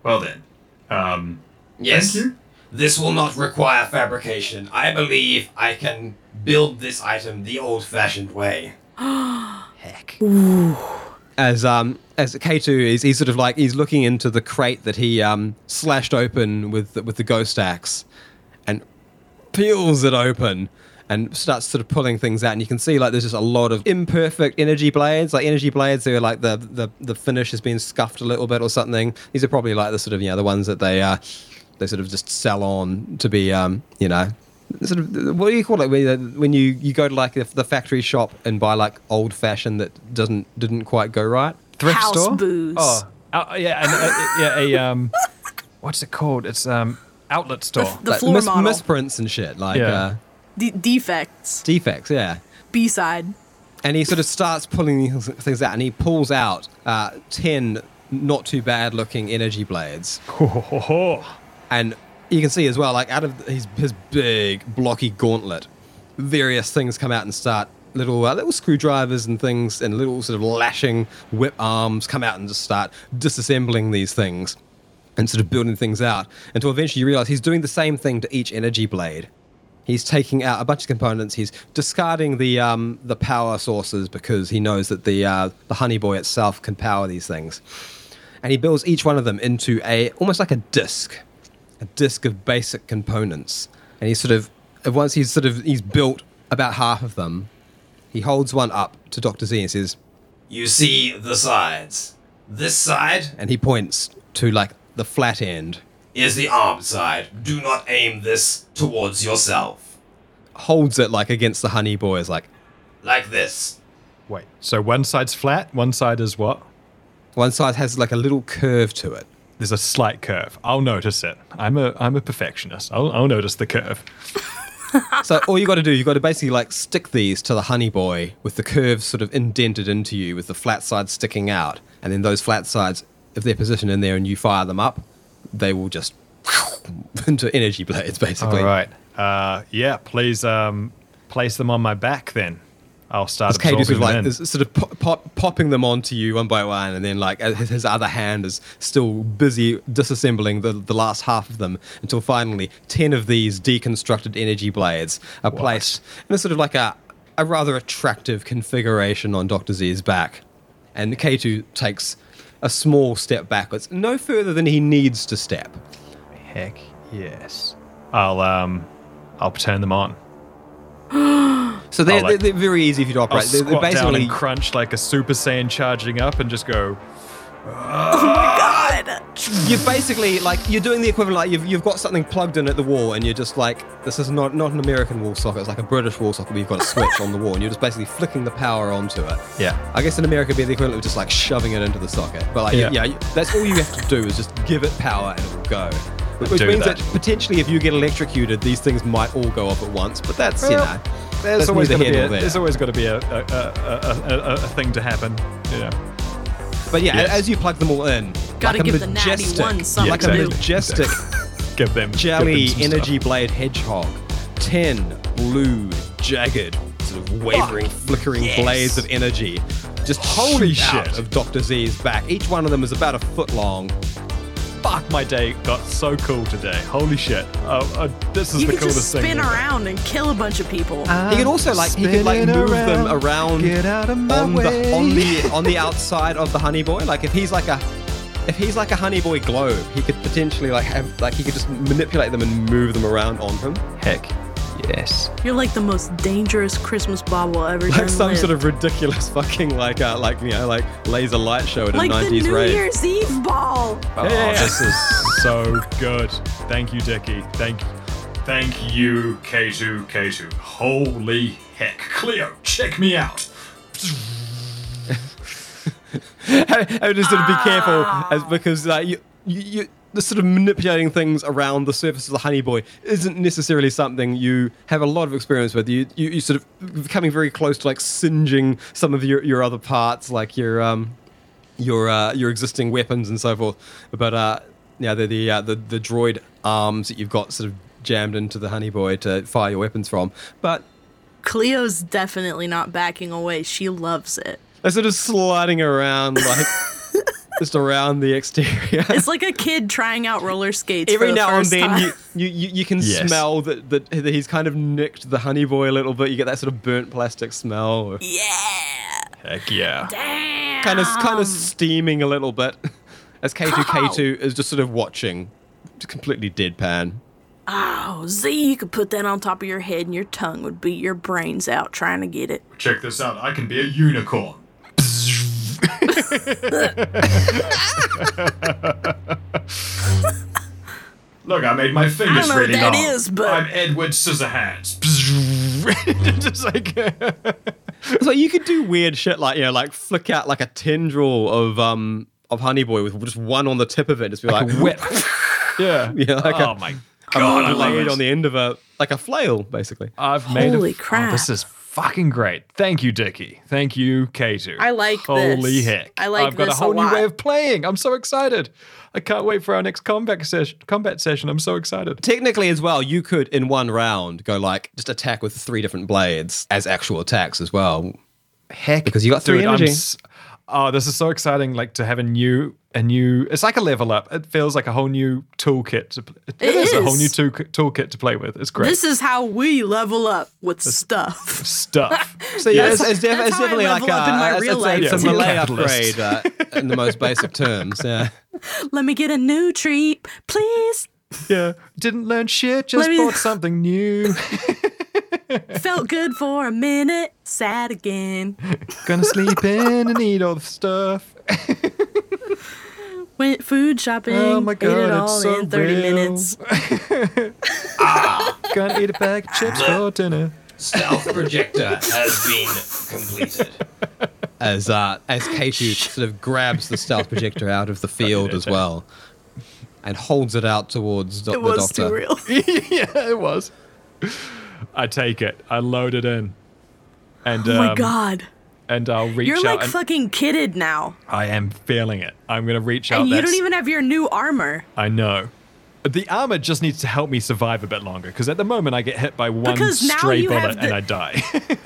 S7: Well then. Um,
S1: Yes.
S7: Thank you.
S1: This will not require fabrication. I believe I can build this item the old fashioned
S7: *gasps*
S1: way.
S4: as um as K2 is he's sort of like he's looking into the crate that he um slashed open with the, with the ghost axe and peels it open and starts sort of pulling things out. And you can see like there's just a lot of imperfect energy blades, like energy blades that are like the the, the finish has been scuffed a little bit or something. These are probably like the sort of you know the ones that they uh they sort of just sell on to be um you know sort of what do you call it when you- when you you go to like the, the factory shop and buy like old fashioned that doesn't didn't quite go right.
S3: thrift
S2: House
S3: store.
S2: booze.
S3: Oh, out- yeah, and, uh, yeah, a um, *laughs* what's it called? It's um, outlet
S2: *laughs*
S3: store.
S2: the
S4: like
S2: floor
S4: mis-
S2: model.
S4: misprints and shit like
S3: Yeah.
S4: uh,
S2: De- defects.
S4: defects yeah
S2: B side.
S4: and he sort of starts pulling these things out and he pulls out uh, 10 not too bad looking energy blades and you can see as well like out of his, his big blocky gauntlet various things come out and start little uh, little screwdrivers and things and little sort of lashing whip arms come out and just start disassembling these things and sort of building things out until eventually you realize he's doing the same thing to each energy blade He's taking out a bunch of components. He's discarding the um, the power sources because he knows that the uh, the honey boy itself can power these things. And he builds each one of them into a almost like a disc, a disc of basic components. And he sort of and once he's sort of he's built about half of them, he holds one up to Doctor Z and says,
S1: You see the sides. This side
S4: and he points to like the flat end,
S1: is the arm side. Do not aim this towards yourself.
S4: holds it like against the honey boy, is like
S1: Like this.
S3: Wait, so one side's flat, one side is what?
S4: one side has like a little curve to it.
S3: There's a slight curve. I'll notice it. I'm a I'm a perfectionist. I'll, I'll notice the curve.
S4: So all you got to do, you got to basically like stick these to the honey boy with the curves sort of indented into you, with the flat sides sticking out, and then those flat sides, if they're positioned in there and you fire them up, they will just *laughs* into energy blades basically.
S3: All right. Uh, yeah. Please um, place them on my back then. I'll start
S4: This Kate
S3: absorbing
S4: is sort of like
S3: them in.
S4: is sort of pop, pop, popping them onto you one by one, and then like his, his other hand is still busy disassembling the, the last half of them until finally ten of these deconstructed energy blades are placed in a sort of like a a rather attractive configuration on Doctor Z's back, and K2 takes a small step backwards, no further than he needs to step.
S3: Heck yes. I'll um, I'll turn them on.
S4: So they're,
S3: I'll, like-
S4: they're, they're very easy for you to
S3: I'll
S4: operate. They're- they're
S3: squat down
S4: Oh, basically
S3: and crunch like a Super Saiyan charging up and just go.
S2: God.
S4: you're basically like you're doing the equivalent like you've, you've got something plugged in at the wall and you're just like this is not not an american wall socket it's like a british wall socket where you've got a switch on the wall and you're just basically flicking the power onto it
S3: Yeah.
S4: i guess in america it'd be the equivalent of just like shoving it into the socket but like
S3: Yeah.
S4: yeah, you- that's all you have to do is just give it power and it'll go which, which
S3: Do
S4: means
S3: that.
S4: that. potentially if you get electrocuted these things might all go off at once but that's you
S3: Well,
S4: know
S3: There's
S4: that's
S3: always
S4: neither
S3: going to be
S4: here
S3: a,
S4: nor there.
S3: there's always going to be a, a, a, a, a, a thing to happen. Yeah.
S4: but yeah
S3: Yes.
S4: as you plug them all in
S2: Gotta
S4: like a
S2: give the natty
S4: majestic,
S2: one something
S4: like
S3: to
S4: a
S3: do.
S4: majestic
S3: Give them
S4: jelly
S3: give them some
S4: energy
S3: stuff.
S4: blade hedgehog, ten blue jagged sort of wavering, flickering blades of energy, just holy
S3: shit.
S4: shit of Doctor Z's back. Each one of them is about a foot long.
S3: Fuck, my day got so cool today. Holy shit! Oh, uh, this is
S2: You
S3: the
S2: can
S3: coolest
S2: just
S3: thing.
S2: spin
S3: ever.
S2: around and kill a bunch of people.
S4: he could also like he could like
S3: spinning
S4: move them
S3: around.
S4: around
S3: Get out of my
S4: on
S3: way.
S4: the on the on the outside of the honey boy. Like if he's like a if he's like a honey boy globe, he could potentially like have like he could just manipulate them and move them around on him.
S8: Heck yes.
S2: You're like the most dangerous Christmas bobble ever done
S4: like some
S2: lived.
S4: sort of ridiculous *laughs* fucking like uh, like you know like laser light show at a
S2: like the
S4: 90s
S2: New
S4: rave.
S2: Year's Eve ball.
S8: Oh,
S3: This is so good. Thank you, Dickie. Thank
S7: Thank you, K2, K2. Holy heck. Cleo, check me out.
S4: *laughs* I would just sort of be careful as because like you, you, you the sort of manipulating things around the surface of the honey boy isn't necessarily something you have a lot of experience with. You you, you sort of coming very close to like singeing some of your, your other parts, like your um your uh, your existing weapons and so forth. But uh, yeah, the the, uh, the the droid arms that you've got sort of jammed into the honey boy to fire your weapons from. But
S2: Cleo's definitely not backing away. She loves it.
S4: they're sort of sliding around like just around the exterior.
S2: It's like a kid trying out roller skates. for
S4: every
S2: the
S4: now and
S2: first
S4: then
S2: time.
S4: you, you, you, you can
S3: Yes.
S4: smell that, that that he's kind of nicked the honey boy a little bit. You get that sort of burnt plastic smell,
S2: *laughs* yeah.
S3: you. Heck yeah.
S2: Damn.
S4: kind of kind of steaming a *laughs* little bit, as K two K two is just sort of watching, completely deadpan.
S2: Oh, Z, you could put that on top of your head and your tongue would beat your brains out trying to get it.
S7: Check this out. I can be a unicorn. Look, I made my fingers
S2: I don't know what
S7: really
S2: that
S7: long.
S2: is, but-
S7: I'm Edward Scissorhands.
S3: Just like
S4: So you could do weird shit like you know, like flick out like a tendril of um of Honey Boy with just one on the tip of it, just be like,
S2: *laughs*
S3: whip. yeah.
S4: yeah, like
S3: oh
S4: a,
S3: my
S4: God,
S3: god, I love
S4: layered
S3: it.
S4: on the end of a like a flail, basically.
S3: I've made a-
S2: Holy
S3: oh,
S2: crap.
S3: this is fucking great. Thank you, Dickie. Thank you, K2.
S2: I like
S3: Holy
S2: this.
S3: heck.
S2: I like
S3: I've got
S2: this
S3: a
S2: a
S3: whole new way
S2: lot.
S3: of playing. I'm so excited. I can't wait for our next combat session. Combat session. I'm so excited.
S4: Technically, as well, you could in one round go like just attack with three different blades as actual attacks as well.
S3: Heck.
S4: Because you got three
S3: Dude, I'm
S4: energy.
S3: s- Oh, this is so exciting! Like to have a new, a new. It's like a level up. It feels like a whole new toolkit. To, pl- it
S2: It
S3: is. a whole
S2: is.
S3: new tool, toolkit to play with. It's great
S2: This is how we level up with stuff. *laughs*
S3: stuff.
S4: So yeah,
S3: Yes.
S4: it's, it's, def-
S2: That's
S4: it's
S2: how I
S4: definitely like
S2: level
S4: a,
S2: up in my
S4: it's-
S2: real
S4: it's, it's a
S3: life, too.
S4: Malay
S3: Capitalist.
S4: upgrade uh, in the most basic terms.
S2: *laughs*
S4: Yeah.
S2: Let me get a new treat, please.
S3: yeah, didn't learn shit. Just
S2: Let me-
S3: bought
S2: *laughs*
S3: something new.
S2: Felt good for a minute, sad again.
S3: Gonna sleep in and eat all the stuff.
S2: Went food shopping.
S3: Oh my god,
S2: ate it all
S3: it's so
S2: in 30
S3: real.
S2: minutes.
S3: Gonna eat a bag of chips *laughs* for dinner.
S1: Stealth
S7: *laughs*
S1: projector has been completed.
S4: As uh, as Keiju sort of grabs the stealth projector out of the field as well, and holds it out towards do-
S2: It
S4: the
S2: was
S4: doctor.
S2: too real.
S3: yeah, it was. I take it. I load it in, and
S2: oh
S3: um,
S2: my god.
S3: and I'll reach
S2: You're
S3: out.
S2: like
S3: and
S2: fucking kitted now.
S3: I am feeling it. I'm gonna reach out.
S2: and you
S3: Oh, that's-
S2: don't even have your new armor.
S3: I know. The armor just needs to help me survive a bit longer because at the moment I get hit by one
S2: Because now
S3: stray
S2: you have
S3: bullet and
S2: the-
S3: I die.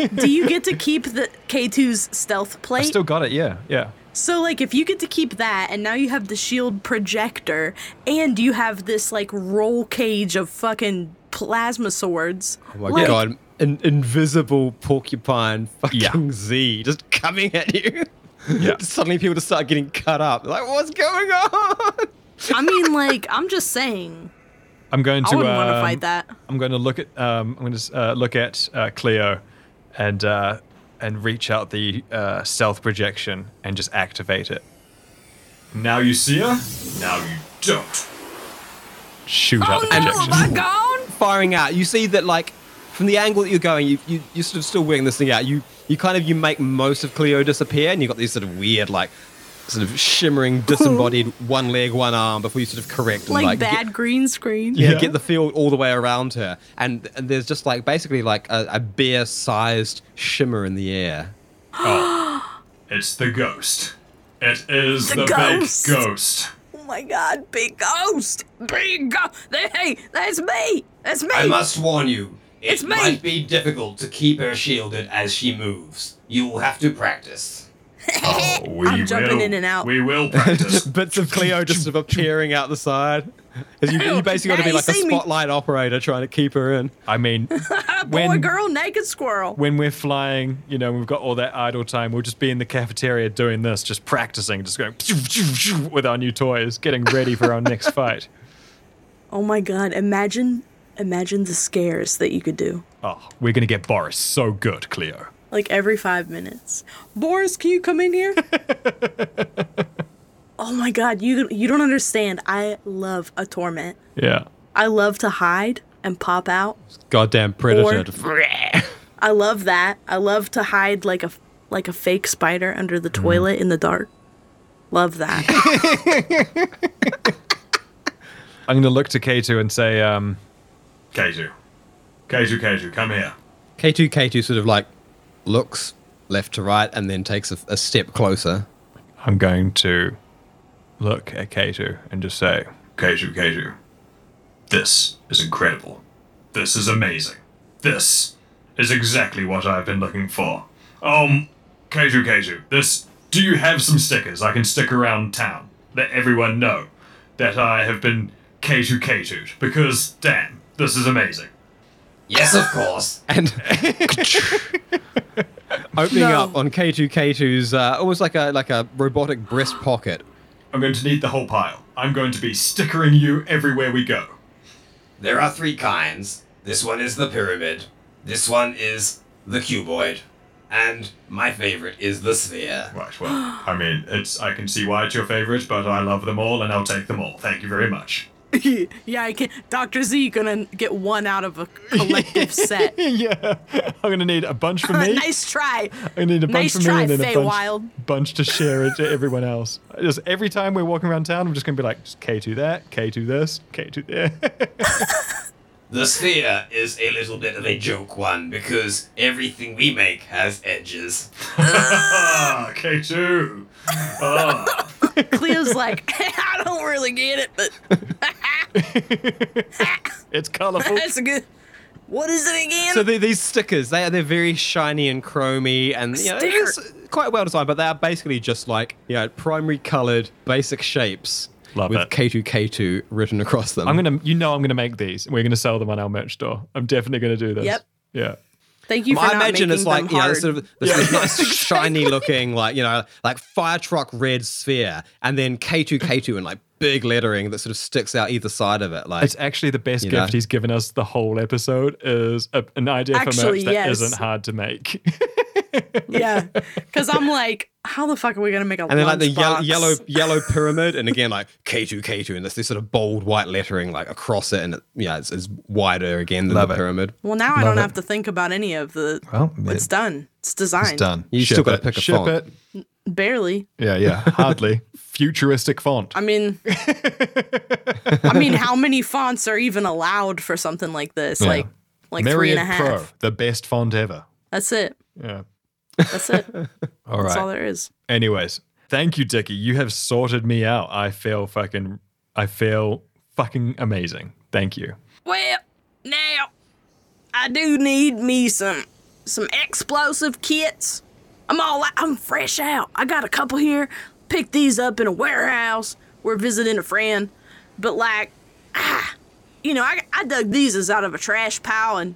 S3: *laughs*
S2: Do you get to keep the K2's stealth
S3: I
S2: plate?
S3: still got it. Yeah, yeah.
S2: so like if you get to keep that and now you have the shield projector and you have this like roll cage of fucking plasma swords.
S4: Oh my
S2: like,
S4: god! An invisible porcupine, fucking
S3: Yeah.
S4: Z, just coming at you.
S3: Yeah.
S4: Suddenly, people *laughs* just start getting cut up. Like, what's going on?
S2: I mean like I'm just saying.
S3: I'm going to.
S2: I wouldn't want to
S3: um,
S2: fight that.
S3: I'm going to look at. Um, I'm going to uh, look at uh, Cleo, and uh, and reach out the uh, stealth projection and just activate it.
S7: Now you see her, now you don't.
S3: Shoot
S2: Oh,
S3: out the projection.
S2: gone?
S4: firing out, you see that like from the angle that you're going, you, you you're sort of still weighing this thing out. You you kind of you make most of Cleo disappear, and you got these sort of weird like sort of *laughs* shimmering disembodied one leg, one arm before you sort of correct and
S2: Like,
S4: get-
S2: bad green screen.
S4: yeah,
S3: Yeah.
S4: get the field all the way around her, and and there's just like basically like a, a bear sized shimmer in the air.
S7: It's the ghost. It is
S2: The
S7: the, big
S2: ghost.
S7: ghost.
S2: Oh my god, big ghost. Big ghost. Hey, that's me. That's me.
S1: I must warn you, it
S2: It's me.
S1: might be difficult to keep her shielded as she moves. You will have to practice.
S7: Oh,
S2: *laughs*
S7: we
S2: I'm jumping
S7: will-
S2: in and out.
S7: We will practice.
S4: Bits of Cleo just sort of appearing out the side. You, you basically got to
S2: Hey,
S4: be like a
S2: see me.
S4: spotlight operator trying to keep her in.
S3: I mean,
S2: Boy,
S3: when
S2: girl, naked squirrel.
S3: when we're flying, you know, we've got all that idle time. We'll just be in the cafeteria doing this, just practicing, just going with our new toys, getting ready for our next fight.
S2: Oh my god, imagine imagine the scares that you could do.
S3: Oh, we're gonna get Boris so good, Cleo.
S2: Like every five minutes. Boris, can you come in
S3: *laughs*
S2: here? oh my god, you you don't understand. I love a torment.
S3: Yeah.
S2: I love to hide and pop out.
S4: Goddamn predator!
S2: I love that. I love to hide like a like a fake spider under
S3: Mm-hmm.
S2: the toilet in the dark. Love
S3: *laughs*
S2: that.
S3: I'm gonna look to K2 and say, um,
S7: Keiju. Keiju, Keiju, come here.
S4: K2 K2 sort of like looks left to right and then takes a, a step closer.
S3: I'm going to look at K2 and just say,
S7: Keiju, Keiju. This is incredible. This is amazing. This is exactly what I've been looking for. Um, Keiju, Keiju, this. Do you have some stickers I can stick around town? Let everyone know that I have been Keiju, Keiju. Because, damn, this is amazing.
S1: Yes, of course.
S2: *laughs*
S4: And *laughs* opening
S2: No.
S4: up on K2 K2's uh, almost like a like a robotic breast pocket.
S7: I'm going to need the whole pile. I'm going to be stickering you everywhere we go.
S1: There are three kinds. This one is the pyramid. This one is the cuboid. And my favorite is the sphere.
S7: Right, well, I mean, it's I can see why it's your favorite, but I love them all and I'll take them all. Thank you very much.
S2: *laughs* yeah, I can. Doctor Z gonna get one out of a
S3: *laughs*
S2: collective set.
S3: *laughs* yeah, I'm gonna need a
S2: *laughs*
S3: bunch for me.
S2: nice try.
S3: I need a bunch
S2: Nice
S3: for me
S2: try,
S3: and then a bunch,
S2: Feywild.
S3: bunch to share it to
S2: *laughs*
S3: everyone else. Just every time we're walking around town, I'm just gonna be like, just K to that, K to this, K to *laughs* there.
S1: The sphere is a little bit of a joke one because everything we make has edges.
S7: Ah, K2! Ah,
S2: Cleo's
S3: *laughs*
S2: like, *laughs* I don't really get it, but
S3: it's colorful.
S2: that's a good. What is it again?
S4: So they're these stickers, they are, they're very shiny and chromy and you know, it
S2: Sticker.
S4: is quite well designed, but they are basically just like you know, primary colored basic shapes
S3: Love
S4: with
S3: it.
S4: K2K2 written across them.
S3: I'm gonna, you know, I'm gonna make these. We're gonna sell them on our merch store. I'm definitely gonna do this.
S2: Yep.
S3: Yeah.
S2: Thank you for
S4: I
S2: not
S4: imagine it's
S2: making them
S4: like, you know,
S2: hard.
S4: sort of this,
S2: *laughs*
S4: this nice *laughs* shiny looking, like, you know, like fire truck red sphere, and then K2K2 in like big lettering that sort of sticks out either side of it. Like,
S3: It's actually the best
S4: You
S3: gift
S4: know.
S3: he's given us the whole episode is a, an idea for
S2: Actually,
S3: merch that
S2: yes.
S3: not hard to make.
S2: yeah, because I'm like, how the fuck are we gonna make a
S4: and then like the yellow,
S2: lunchbox? *laughs*
S4: yellow, yellow pyramid, and again like K2K2, and this, this sort of bold white lettering like across it, and it, yeah, it's, it's wider again than
S3: Love
S4: the
S3: it.
S4: pyramid.
S2: Well, now I don't
S3: it.
S2: have to think about any of the.
S3: Well,
S2: it's done. It's designed.
S3: done.
S4: You still gotta pick a
S3: Ship
S4: font.
S3: it.
S2: Barely.
S3: Yeah,
S7: *laughs*
S3: yeah. Hardly futuristic font.
S2: I mean, I mean, how many fonts are even allowed for something like this? Like, like three and a
S3: Myriad
S2: half.
S3: Pro, the best font ever.
S2: That's it.
S3: Yeah.
S2: That's it.
S3: All
S2: That's
S3: right.
S2: all there is.
S3: Anyways, thank you, Dickie. You have sorted me out. I feel fucking, I feel fucking amazing. Thank you.
S2: Well, now I do need me some some explosive kits. I'm all out, I'm fresh out. I got a couple here. Picked these up in a warehouse. We're visiting a friend, but like, ah, you know, I, I dug these as out of a trash pile, and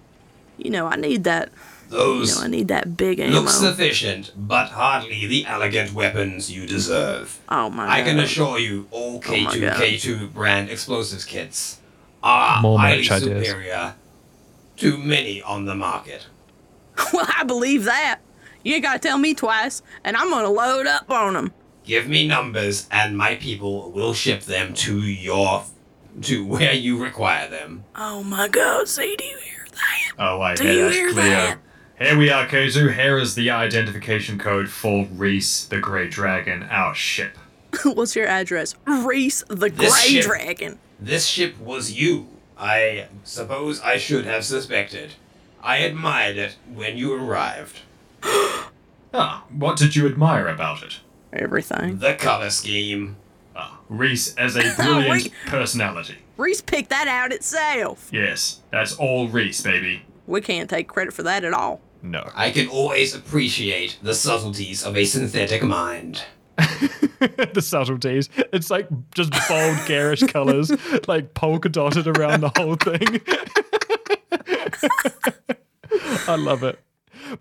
S2: you know, I need that. You
S1: Those
S2: know, I need that big ammo.
S1: look sufficient, but hardly the elegant weapons you deserve.
S2: oh my
S1: I can
S2: God. *laughs*
S1: assure you, all
S2: Oh my God.
S1: K2K2 brand explosives kits are
S3: More
S1: highly
S3: merch ideas.
S1: superior to many on the market.
S2: Well, I believe that. You ain't gotta tell me twice, and I'm gonna load up on them.
S1: Give me numbers, and my people will ship them to your, to where you require them.
S2: Oh my God, see, do you hear that?
S7: oh, I
S2: Do you
S7: hear
S2: hear
S7: that, Cleo.
S2: that?
S7: Here we are, K2. Here is the identification code for Reese the Grey Dragon, our ship.
S2: What's your address? Reese the
S1: This
S2: Grey
S1: ship.
S2: Dragon.
S1: This ship was you. I suppose I should have suspected. I admired it when you arrived.
S7: Ah, what did you admire about it?
S2: Everything.
S1: The color scheme.
S7: Ah,
S2: *laughs*
S7: Reese as a brilliant
S2: Wait.
S7: personality.
S2: Reese picked that out itself.
S7: Yes, that's all Reese, baby.
S2: We can't take credit for that at all.
S3: No.
S1: I can always appreciate the subtleties of a synthetic mind.
S3: *laughs* the subtleties. It's like just bold garish colors, like polka dotted around the whole thing. *laughs* I love it.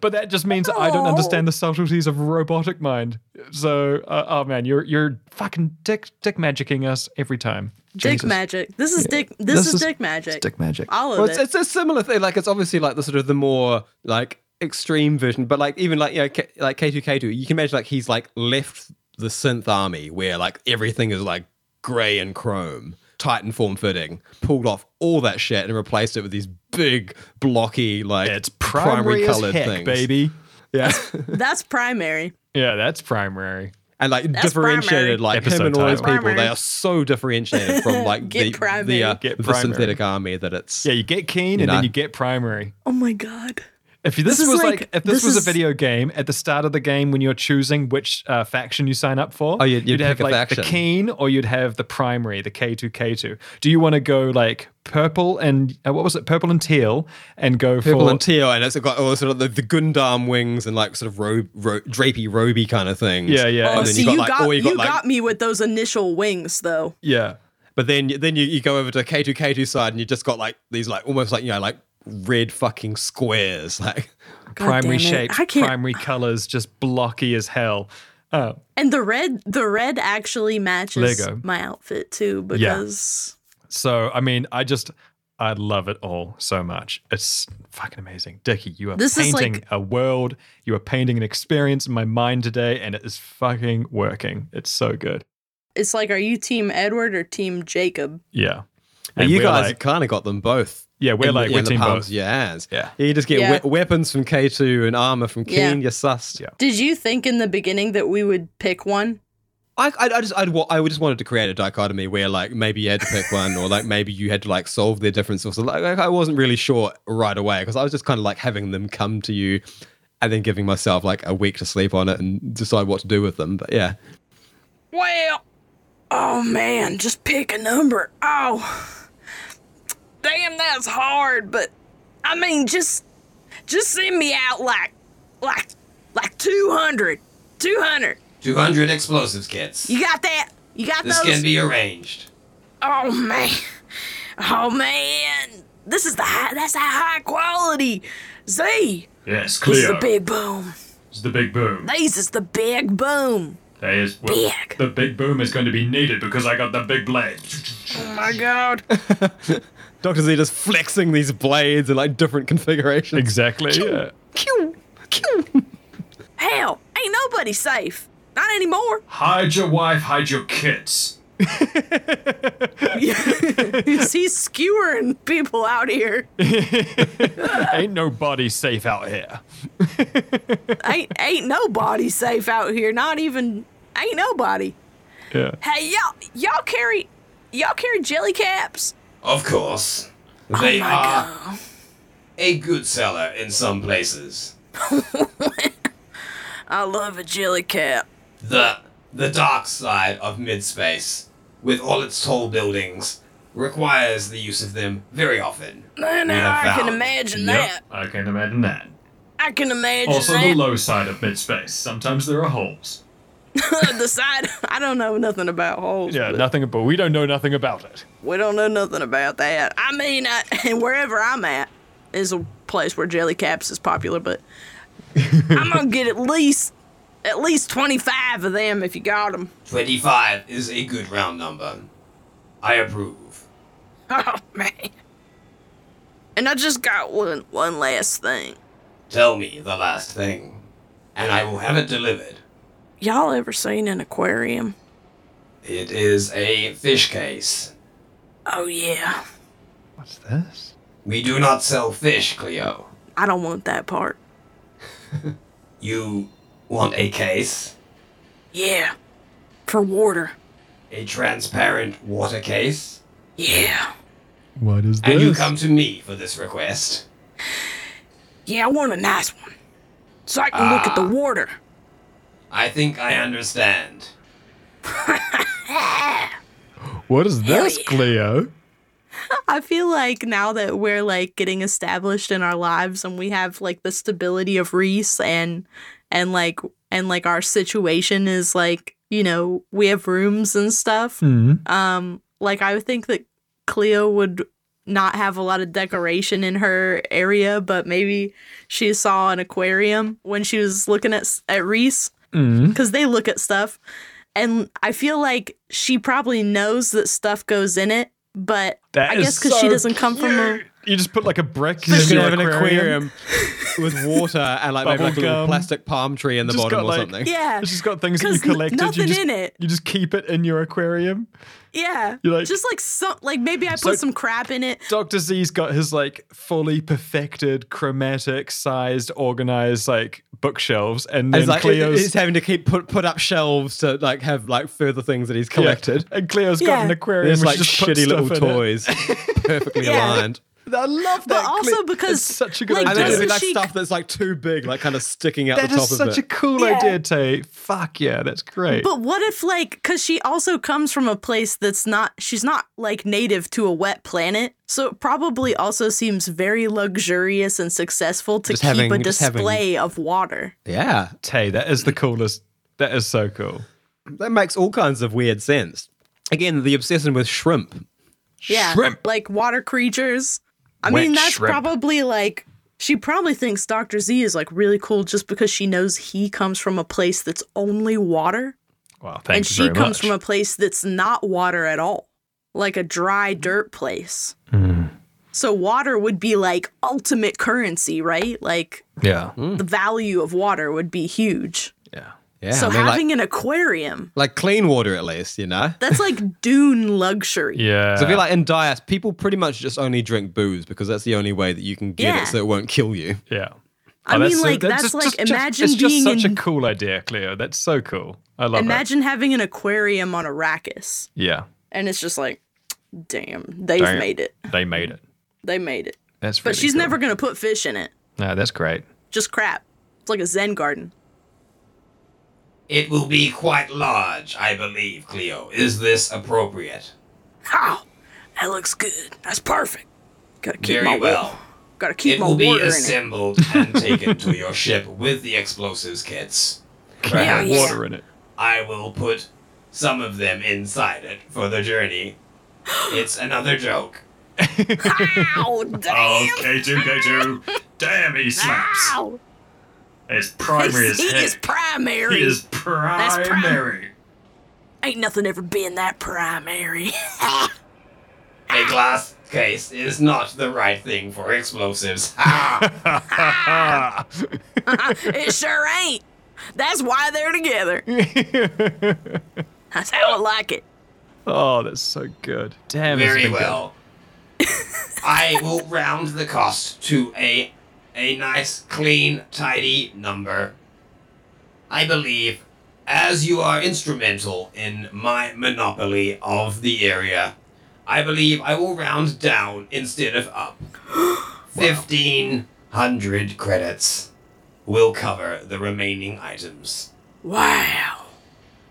S3: But that just means I don't understand the subtleties of robotic mind. So, uh, oh man, you're you're fucking dick dick magicking us every time.
S2: Dick magic. This is dick. This, is, dick magic.
S8: Dick magic.
S2: All of
S4: Well,
S2: it. *laughs*
S4: it's, it's a similar thing. Like it's obviously like the sort of the more like extreme version, but like even like you know K- like K two K two, you can imagine like he's like left the synth army where like everything is like grey and chrome, Titan form fitting, pulled off all that shit and replaced it with these big blocky like
S3: It's primary, as
S4: coloured
S3: heck, baby.
S4: Yeah,
S2: That's primary.
S3: *laughs* Yeah, that's primary.
S4: and like differentiated
S2: primary.
S4: like
S3: Episode
S4: him and all these
S3: title.
S4: people, they
S2: Primary.
S4: are so differentiated from
S2: *laughs*
S4: like
S2: Get
S4: the
S2: primary.
S4: the, uh,
S3: Get
S4: the
S3: primary.
S4: synthetic army that it's
S3: Yeah, you get keen and
S4: know.
S3: then you get primary.
S2: Oh my God.
S3: If this,
S2: is
S3: was
S2: like-
S3: like, if this,
S2: this
S3: was
S2: is-
S3: a video game, at the start of the game when you're choosing which uh, faction you sign up for,
S4: Oh, you'd- you'd
S3: have
S4: pick a
S3: like the
S4: faction.
S3: keen or you'd have the primary, the K2 K2. Do you want to go like purple and uh, what was it? Purple and teal and go
S4: purple
S3: for
S4: and teal, and it's got all sort of the, the Gundam wings and like sort of robe, ro- drapey, roby kind of things.
S3: Yeah, yeah.
S2: Oh,
S3: and
S4: then
S2: see,
S4: you got
S2: you
S4: like-
S2: got,
S4: or
S2: you
S4: you got like-
S2: got me with those initial wings, though.
S3: yeah.
S4: But then then you, you go over to K two K two side, and you just got like these like almost like you know like red fucking squares. *laughs* Like
S3: primary
S2: damn it.
S3: shapes,
S2: I can't-
S3: primary colors, just blocky as hell. Oh,
S2: And the red, the red actually matches
S3: Lego.
S2: my outfit too because
S3: so I mean, I just I love it all so much. It's fucking amazing. Dickie, you are
S2: This is
S3: painting
S2: like-
S3: a world. You are painting an experience in my mind today, and it is fucking working. It's so good.
S2: It's like, are you Team Edward or Team Jacob?
S3: Yeah.
S4: And you
S3: we're
S4: guys
S3: like-
S4: kind of got them both.
S3: yeah, we're
S4: in-
S3: like,
S4: in
S3: we're
S4: the
S3: team
S4: palms
S3: both.
S4: of your hands.
S3: Yeah.
S4: You just get
S2: Yeah.
S4: we- weapons from K2 and armor from Keen.
S2: Yeah.
S4: You're sussed.
S3: Yeah.
S2: Did you think in the beginning that we would pick one?
S4: I, I, I just I'd, wa- I just wanted to create a dichotomy where like maybe you had to pick one or like maybe you had to like solve their differences. So, like, like, I wasn't really sure right away because I was just kind of like having them come to you and then giving myself like a week to sleep on it and decide what to do with them. But yeah,
S2: Well, oh man, just pick a number. Oh, damn, that's hard. But I mean, just just send me out like like like 200, 200.
S1: 200 explosives kits.
S2: You got that? You got
S1: This
S2: those?
S1: can be arranged.
S2: oh man, oh man, this is the high, that's a high quality. Z,
S7: Yes,
S2: this is
S7: Cleo.
S2: the big boom.
S7: It's the big boom.
S2: These is the big boom.
S7: That is well,
S2: Big.
S7: The big boom is going to be needed because I got the big blade.
S2: Oh my
S4: *laughs*
S2: god.
S4: Doctor Z just flexing these blades in like different configurations.
S3: Exactly. Yeah.
S2: Hell, ain't nobody safe. Not anymore. *laughs*
S7: Hide your wife, hide your kids.
S2: He's skewering people out here.
S3: Ain't nobody safe out here.
S2: ain't ain't nobody safe out here. Not even ain't nobody.
S3: Yeah.
S2: Hey y'all, y'all carry y'all carry jelly caps.
S1: Of course. They are a good seller in some places.
S2: I love a jelly cap.
S1: The the dark side of midspace, with all its tall buildings, requires the use of them very often.
S2: Man,
S1: Yeah,
S2: I can
S1: valid.
S2: imagine that.
S7: Yep, I can imagine that.
S2: I can imagine
S7: Also, the
S2: that.
S7: low side of midspace. Sometimes there are holes.
S2: *laughs* the side I don't know nothing about holes.
S3: Yeah, nothing but we don't know nothing about it.
S2: We don't know nothing about that. I mean, I, *laughs* and wherever I'm at is a place where jelly caps is popular, but I'm gonna get at least at least 25 of them if you got them.
S1: 25 is a good round number. I approve.
S2: *laughs* Oh man. And I just got one one last thing.
S1: Tell me the last thing, and I will have it delivered.
S2: Y'all ever seen an aquarium?
S1: It is a fish case.
S2: Oh yeah.
S3: What's this?
S1: We do not sell fish, Cleo.
S2: I don't want that part.
S1: You want a case?
S2: Yeah. For water.
S1: A transparent water case?
S2: Yeah.
S3: What is
S1: And you come to me for this request.
S2: Yeah, I want a nice one. So I can look at the water.
S1: I think I understand.
S3: What is this, Cleo?
S2: I feel like now that we're like getting established in our lives and we have like the stability of Reese and and like and like our situation is like, you know, we have rooms and stuff.
S3: Hmm.
S2: Um, like I would think that Cleo would not have a lot of decoration in her area, but maybe she saw an aquarium when she was looking at s- at Reese
S3: Mm.
S2: because they look at stuff, and I feel like she probably knows that stuff goes in it, but
S3: That
S2: I
S3: is
S2: guess because she
S3: so
S2: doesn't come from a
S3: cute. You just put like a brick in
S4: Just
S3: your
S4: gonna have an
S3: aquarium.
S4: aquarium *laughs* with water and like maybe
S3: Bubble
S4: like a little
S3: gum.
S4: plastic palm tree in the
S3: Just
S4: bottom
S3: got,
S4: or
S3: like-
S4: something.
S2: yeah,
S3: It's just got things that you
S2: because n-
S3: collected.
S2: nothing
S3: you just,
S2: in it.
S3: You just keep it in your aquarium.
S2: yeah,
S3: You're like-
S2: just like some like maybe I put
S3: So-
S2: some crap in it.
S3: Dr. Z's got his like fully perfected, chromatic, sized, organized like bookshelves, and then
S4: It's like
S3: Cleo's
S4: he's having to keep put put up shelves to like have like further things that he's
S3: Yeah,
S4: collected.
S3: and Cleo's got
S2: Yeah.
S3: an aquarium.
S4: There's
S3: which
S4: like
S3: just puts
S4: shitty little
S3: stuff in it. *laughs*
S4: toys, perfectly
S2: Yeah.
S4: aligned.
S3: I love that.
S2: But also
S3: Cleo.
S2: because,
S3: it's such a good
S2: like,
S4: And
S3: idea.
S4: then there's
S2: doesn't
S4: like
S2: she-
S4: stuff that's like too big, like kind of sticking out
S3: That
S4: the top
S3: is
S4: of
S3: such
S4: it.
S3: a cool
S2: Yeah.
S3: idea, Tay. Fuck yeah, that's great.
S2: But what if like because she also comes from a place that's not she's not like native to a wet planet, so it probably also seems very luxurious and successful to
S4: Just
S2: keep
S4: having-
S2: a
S4: just having-
S2: display of water.
S4: yeah,
S3: Tay, that is the coolest. That is so cool.
S4: that makes all kinds of weird sense. Again, the obsession with shrimp.
S2: Yeah,
S3: Shrimp.
S2: like water creatures. I
S3: Wet
S2: mean, that's
S3: shrimp.
S2: probably like she probably thinks Doctor Z is like really cool just because she knows he comes from a place that's only water,
S3: Wow, thank
S2: and
S3: you
S2: she
S3: very
S2: comes
S3: much.
S2: from a
S3: Mm.
S2: place that's not water at all, like a dry dirt place. So water would be like ultimate currency, right? Like
S3: Yeah.
S2: the value of water would be huge.
S3: Yeah.
S4: Yeah,
S2: so
S4: I mean,
S2: having
S4: like,
S2: an aquarium,
S4: like clean water at least, you know.
S2: that's
S3: *laughs*
S2: like dune luxury.
S3: Yeah.
S4: So I feel like in Dias, people pretty much just only drink booze because that's the only way that you can get
S2: Yeah.
S4: it so it won't kill you.
S3: yeah.
S2: I
S3: Oh,
S2: mean,
S3: so-
S2: like that's,
S3: just-
S2: like
S3: just- just-
S2: imagine
S3: it's just
S2: being
S3: such
S2: in,
S3: a cool idea, Cleo. That's so cool. I love
S2: imagine having an aquarium on Arrakis,
S3: it. Yeah.
S2: and it's just like, damn, they've
S3: Damn.
S2: made it.
S3: They made it.
S2: They made it.
S3: That's
S2: But
S3: really
S2: she's
S3: cool.
S2: never gonna put fish in it.
S3: No, that's great.
S2: Just crap. It's like a Zen garden.
S1: It will be quite large, I believe, Cleo. Is this appropriate?
S2: Oh, that looks good. That's perfect. Gotta keep
S1: Very
S2: my
S1: well.
S2: Gotta keep
S1: it
S2: my
S1: will be
S2: water in it.
S1: assembled and taken to your ship with the explosives kits.
S2: *laughs* Yeah,
S1: Perhaps
S2: yeah.
S3: Water in it.
S1: I will put some of them inside it for the
S2: *gasps*
S1: journey. It's another joke. *laughs*
S2: Ow, damn!
S7: K2, K2. Damn, he slaps.
S2: Ow!
S7: His primary
S2: He's-
S7: is
S2: he
S7: hit.
S2: is primary.
S7: He is primary.
S2: Ain't nothing ever been that primary. *laughs*
S1: A glass case is not the right thing for explosives. Ah,
S2: it sure ain't. That's why they're
S7: *laughs*
S2: together. That's how I like it.
S3: Oh, that's so good. Damn, it's
S1: very
S3: been good.
S1: well. I will round the cost to a a nice, clean, tidy number. I believe, as you are instrumental in my monopoly of the area, I believe I will round down instead of up. Fifteen hundred credits will cover the remaining items.
S2: Wow.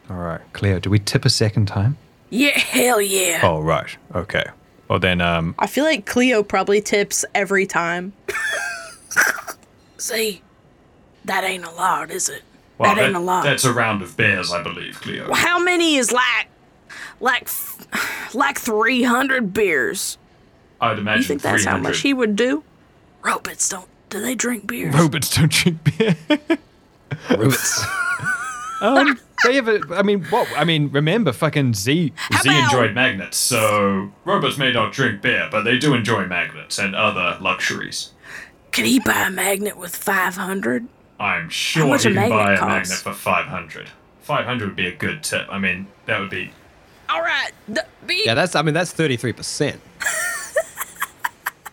S3: All right, Cleo. Do we tip a second time?
S2: Yeah, hell yeah.
S3: Oh, right. Okay. Well
S2: *laughs*
S3: then, um,
S2: I feel like Cleo probably tips every
S7: *laughs*
S2: time. See, that ain't a lot, is it?
S7: Well,
S2: that ain't
S7: that-
S2: a lot.
S7: That's a round of bears, I believe, Cleo.
S2: how many is like like f- like 300 beers
S7: I'd imagine
S2: you think that's how much
S7: 300.
S2: he would do robots don't do they drink beers
S3: robots don't drink beer.
S4: Roots.
S3: *laughs* um, they have a. I mean, what? I mean, remember, fucking Z.
S2: How
S7: Z
S2: about-
S7: enjoyed magnets, so robots may not drink beer, but they do enjoy magnets and other luxuries.
S2: could he buy a magnet with 500
S7: I'm sure
S2: much a
S7: you can
S2: magnet
S7: buy a
S2: cost?
S7: magnet for 500. 500 would be a good tip. I mean, that would be.
S2: all right the be-
S4: yeah, that's. I mean, that's thirty three percent.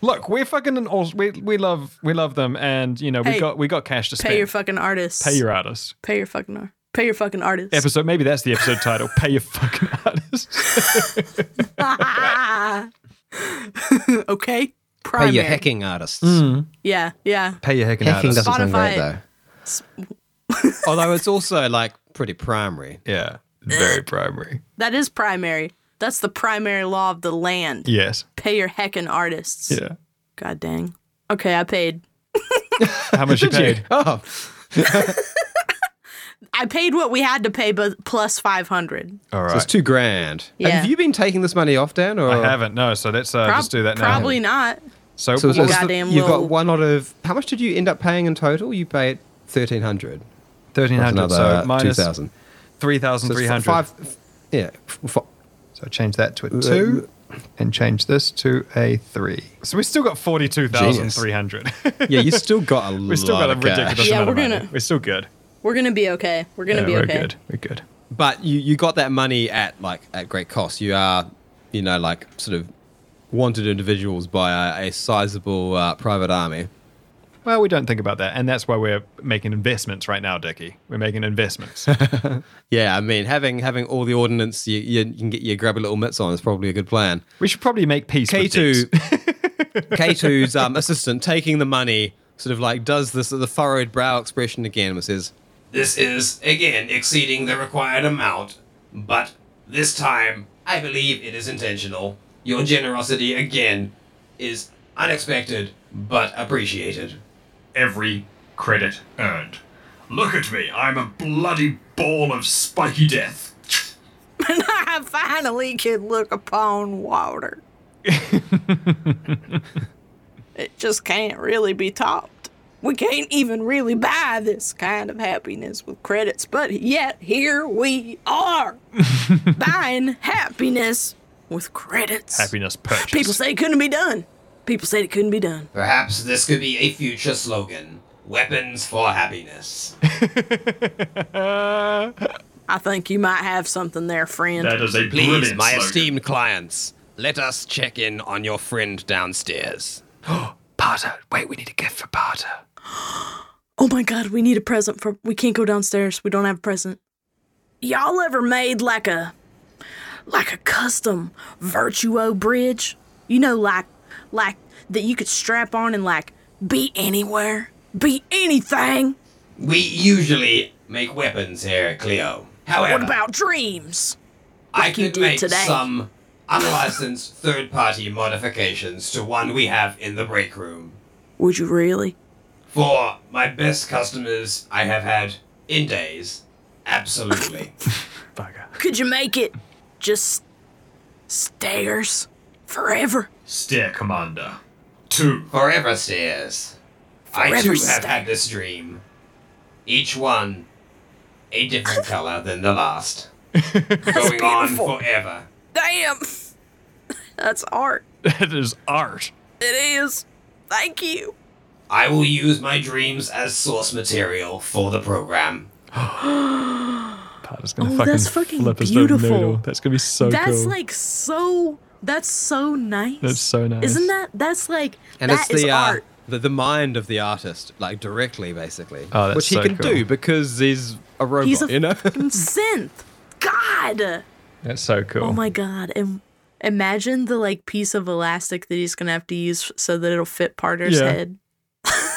S3: Look, we're fucking an. Aus- We we love we love them, and you know we
S2: Hey,
S3: got we got cash to spend.
S2: pay your fucking artist
S3: pay your artist.
S2: pay your fucking ar- pay your fucking artist *laughs*
S3: Episode. Maybe that's the episode title. Pay your fucking artist.
S2: okay
S4: Pay
S2: primary
S4: your hacking artists.
S2: yeah yeah
S3: pay your heckin'
S4: Hacking
S3: artist.
S4: doesn't sound great
S2: Spotify.
S4: though. Although it's also like pretty
S3: *laughs*
S4: primary.
S3: Yeah, very primary.
S2: that is primary that's the primary law of the land
S3: Yes.
S2: pay your heckin' artists
S3: Yeah.
S2: god dang okay i paid
S3: How much you paid?
S4: Oh,
S2: I paid what we had to pay, but plus five hundred.
S3: All right.
S4: so it's two grand.
S2: Yeah.
S4: Have you been taking this money off, Dan? Or
S3: I haven't. No. So let's uh, just do that now.
S2: Probably not.
S3: So,
S4: So it's-
S3: what-
S4: it's-
S2: Goddamn
S4: you've
S2: little-
S4: got one out of. How much did you end up paying in total? You paid thirteen hundred.
S3: thirteen hundred.
S4: Another
S3: So minus
S4: two thousand.
S3: three thousand
S4: So it's
S3: three hundred.
S4: five. Yeah. f-
S3: So change that to a two, and change this to a three. Uh, So we still got forty-two thousand three hundred. *laughs*
S4: yeah, you still got a
S3: we still
S4: lot
S3: got a
S4: of cash.
S3: ridiculous
S2: Yeah,
S3: amount
S2: we're
S3: of money.
S2: gonna-
S3: We're still good.
S2: We're gonna be okay. We're gonna
S3: Yeah,
S2: be
S3: we're
S2: okay.
S3: good. We're good.
S4: But you you got that money at like at great cost. You are, you know, like sort of wanted individuals by a, a sizable uh, private army.
S3: Well, we don't think about that, and that's why we're making investments right now, Dickie. We're making
S4: *laughs*
S3: investments.
S4: Yeah, I mean, having having all the ordnance you, you can get your grubby little mitts on is probably a good plan.
S3: we should probably make peace.
S4: K
S3: With these.
S4: two, K 2's um, assistant taking the money, sort of like does this the furrowed brow expression again, and says,
S1: This is, again, exceeding the required amount, but this time, I believe it is intentional. Your generosity, again, is unexpected, but appreciated.
S7: every credit earned. Look at me, I'm a bloody ball of spiky death.
S2: *laughs* I finally can look upon
S3: *laughs*
S2: water. it just can't really be topped. We can't even really buy this kind of happiness with credits, but yet here we
S3: *laughs*
S2: are buying happiness with credits.
S3: happiness purchase.
S2: People say it couldn't be done. People said it couldn't be done.
S1: Perhaps this could be a future slogan Weapons for
S8: *laughs*
S1: Happiness.
S2: I think you might have something there, friend.
S7: That is a brilliant
S4: Please, my
S7: slogan.
S4: esteemed clients, let us check in on your friend
S8: *gasps*
S4: downstairs.
S8: Barter. Wait, we need a gift for Barter.
S2: Oh my god, we need a present for we can't go downstairs. We don't have a present. Y'all ever made like a like a custom virtuo bridge? You know like like that you could strap on and like be anywhere, be anything.
S1: We usually make weapons here, Cleo. However,
S2: What about dreams?
S1: I
S2: you
S1: could
S2: did
S1: make
S2: today?
S1: some unlicensed third party modifications to one we have in the break room.
S2: Would you really?
S1: For my best customers I have had in days.
S8: *laughs*
S1: Absolutely.
S2: Could you make it just stairs forever?
S7: Stair Commander. Two.
S1: Forever stairs. I too
S2: Forever
S1: have had this dream. Each one a different color than the last. Going on forever.
S2: Damn. *laughs* That's art.
S3: That is art.
S2: It is. Thank you.
S1: I will use my dreams as source material for the program.
S3: Barter's gonna
S2: Oh,
S3: fucking,
S2: that's fucking
S3: flip his
S2: beautiful.
S3: noodle. That's gonna be so
S2: that's
S3: cool.
S2: like so that's so nice
S3: That's so nice.
S2: isn't that that's like
S4: And
S2: that
S4: it's the,
S2: is
S4: uh,
S2: art
S4: the the mind of the artist, like directly, basically.
S3: Oh, that's
S4: Which he
S3: so
S4: can
S3: cool.
S4: do because he's a robot,
S2: he's a
S4: you know?
S2: fucking synth god
S3: that's so cool.
S2: oh my god and imagine the like piece of elastic that he's gonna have to use so that it'll fit Parter's
S3: Yeah.
S2: head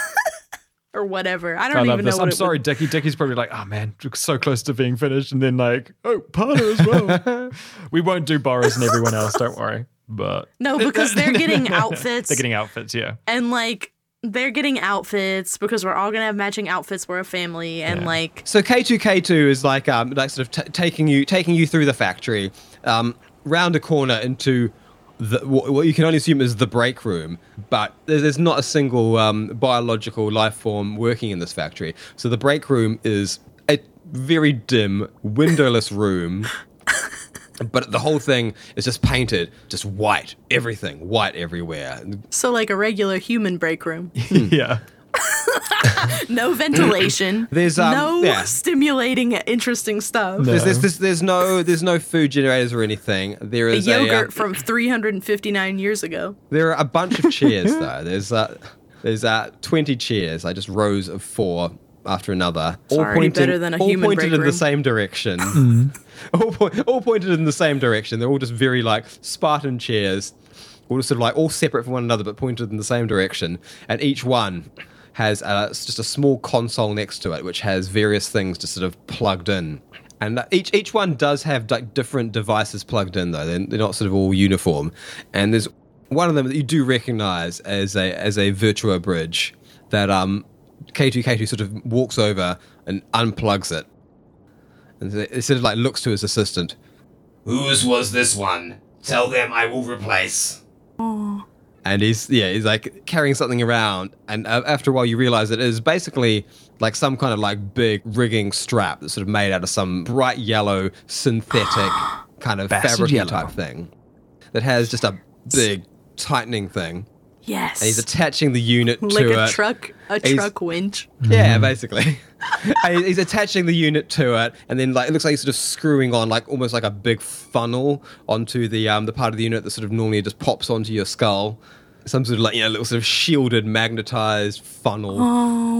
S2: *laughs* or whatever I don't
S3: I
S2: even
S3: love
S2: know
S3: this.
S2: what
S3: I'm
S2: it
S3: sorry,
S2: would,
S3: Dickie. Dickie's probably like, oh man, so close to being finished. And then like, oh, Parter as well. *laughs* we won't do Boris and everyone else, don't worry. But
S2: no because they're getting outfits
S3: *laughs* they're getting outfits, yeah.
S2: and like they're getting outfits because we're all gonna have matching outfits we're a family and like
S4: So K2K2 is like um like sort of t- taking you taking you through the factory, um round a corner into the what, what you can only assume is the break room, but there's, there's not a single um, biological life form working in this factory. So the break room is a very dim, windowless room. But the whole thing is just painted, just white, everything, white everywhere.
S2: so like a regular human break room
S3: *laughs* yeah.
S4: *clears throat*
S2: no ventilation.
S4: There's, um,
S2: no
S4: yeah.
S2: stimulating, interesting stuff.
S3: No.
S4: There's, there's, there's, there's no there's no food generators or anything. There
S2: The
S4: is a, um,
S2: yogurt from 359 years ago.
S4: There are a bunch of chairs though. There's uh, there's uh, twenty chairs. I just rows of four after another, all
S2: already better than a
S4: all
S2: human
S4: pointed
S2: break
S4: in the
S2: room.
S4: same direction. all, po- all pointed in the same direction. They're all just very like Spartan chairs, all just sort of like all separate from one another, but pointed in the same direction. And each one has uh, s- just a small console next to it, which has various things just sort of plugged in. And uh, each each one does have like different devices plugged in though. They're, they're not sort of all uniform. And there's one of them that you do recognize as a as a Virtua bridge that um K2 K2 sort of walks over and unplugs it. And it it sort of like looks to his assistant.
S1: Whose was this one? Tell them I will replace.
S4: And he's yeah, he's like carrying something around and uh, after a while you realize it is basically like some kind of like big rigging strap that's sort of made out of some bright yellow synthetic kind of
S8: Bastard
S4: fabric
S8: yellow.
S4: type thing that has just a big tightening thing.
S2: Yes.
S4: And he's attaching the unit
S2: like
S4: to
S2: a
S4: it.
S2: truck, a
S4: He's-
S2: truck winch.
S4: Yeah, basically. *laughs* And he's attaching the unit to it, and then like it looks like he's sort of screwing on like almost like a big funnel onto the um the part of the unit that sort of normally just pops onto your skull. Some sort of like you know little sort of shielded magnetized funnel,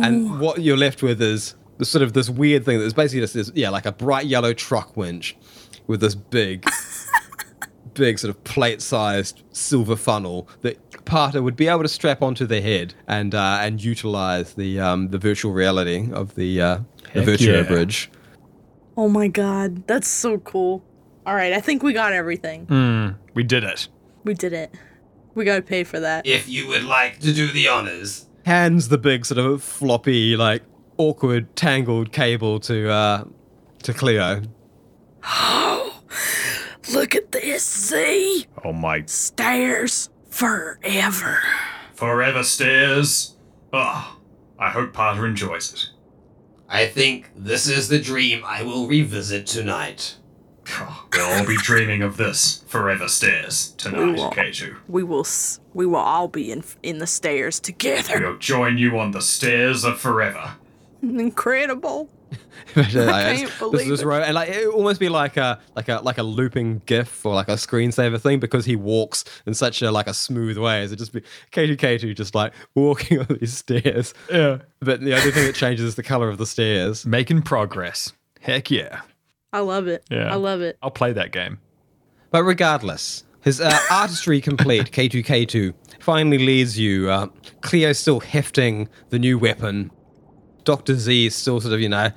S4: and what you're left with is the sort of this weird thing that's basically just this yeah like a bright yellow truck winch with this big big sort of plate-sized silver funnel that Parter would be able to strap onto their head and uh, and utilize the um, the virtual reality of the uh, the Virtua
S7: yeah.
S4: Bridge.
S2: Oh my god, that's so cool. All right, I think we got everything.
S4: Hmm.
S3: Hmm. We did it.
S2: We did it. We got to pay for that.
S1: If you would like to do the honors,
S4: Hands the big sort of floppy, like awkward, tangled cable to uh, to Cleo.
S2: Look at this, see?
S3: Oh my
S2: Stairs forever.
S7: Forever Stairs. Oh, I hope Parter enjoys it.
S1: I think this is the dream I will revisit tonight.
S7: We'll all *laughs* be dreaming of this forever stairs tonight,
S2: won't.
S7: K2.
S2: We will s- we will all be in in the stairs together. *laughs*
S7: We'll join you on the stairs of forever.
S2: Incredible.
S4: *laughs* Imagine that.
S2: can't
S4: It's-
S2: believe
S4: this is
S2: it.
S4: right, and like it would almost be like a like a like a looping GIF or like a screensaver thing because he walks in such a like a smooth way. As it just be K2 K2 just like walking *laughs* on these stairs.
S3: Yeah.
S4: But the only thing that changes is the color of the stairs.
S3: Making progress. Heck yeah.
S2: I love it.
S3: Yeah.
S2: I love it.
S3: I'll play that game.
S4: But regardless, his uh, artistry
S3: *laughs*
S4: complete, K2K2, finally leads you. Uh, Cleo's still hefting the new weapon. Dr. Z is still sort of, you know,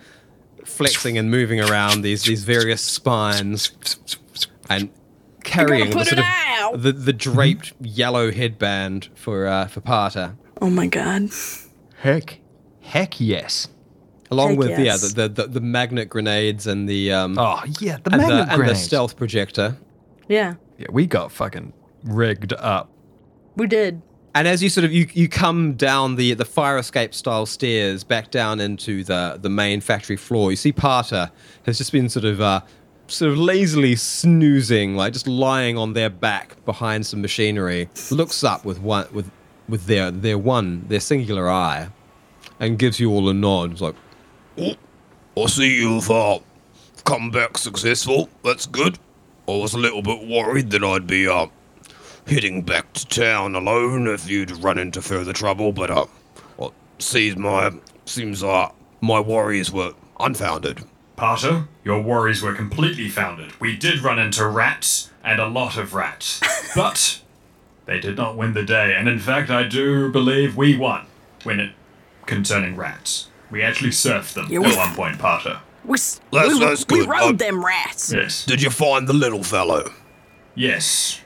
S4: flexing and moving around these, these various spines and carrying the
S2: put it
S4: sort of
S2: out.
S4: the, the draped yellow headband for uh, for Parter.
S2: Oh my god.
S3: Heck. Heck yes.
S4: Along
S2: Heck
S4: with
S2: yes.
S4: yeah, the, the, the, the magnet grenades and the um
S3: Oh, yeah. The
S4: and,
S3: magnet
S4: the, and the
S3: grenades.
S4: stealth projector.
S2: Yeah,
S3: Yeah, we got fucking rigged up.
S2: we did.
S4: And as you sort of you, you come down the, the fire escape style stairs back down into the, the main factory floor, you see Parter has just been sort of uh, sort of lazily snoozing, like just lying on their back behind some machinery. Looks up with one with with their their one their singular eye, and gives you all a nod. It's like
S9: I see you've uh, come back successful. That's good. I was a little bit worried that I'd be uh, heading back to town alone if you'd run into further trouble, but uh, well, sees my seems uh, my worries were unfounded.
S7: Parto, your worries were completely founded. We did run into rats, and a lot of
S2: *laughs*
S7: rats. but they did not win the day, and in fact, I do believe we won when it concerning rats. We actually surfed them
S2: Yeah, we-
S7: at one point, Parto.
S2: We s-
S9: That's-
S2: we,
S9: that's
S2: we
S9: good. Uh,
S2: rode
S9: I-
S2: them rats.
S7: Yes.
S9: Did you find the little fellow?
S7: Yes.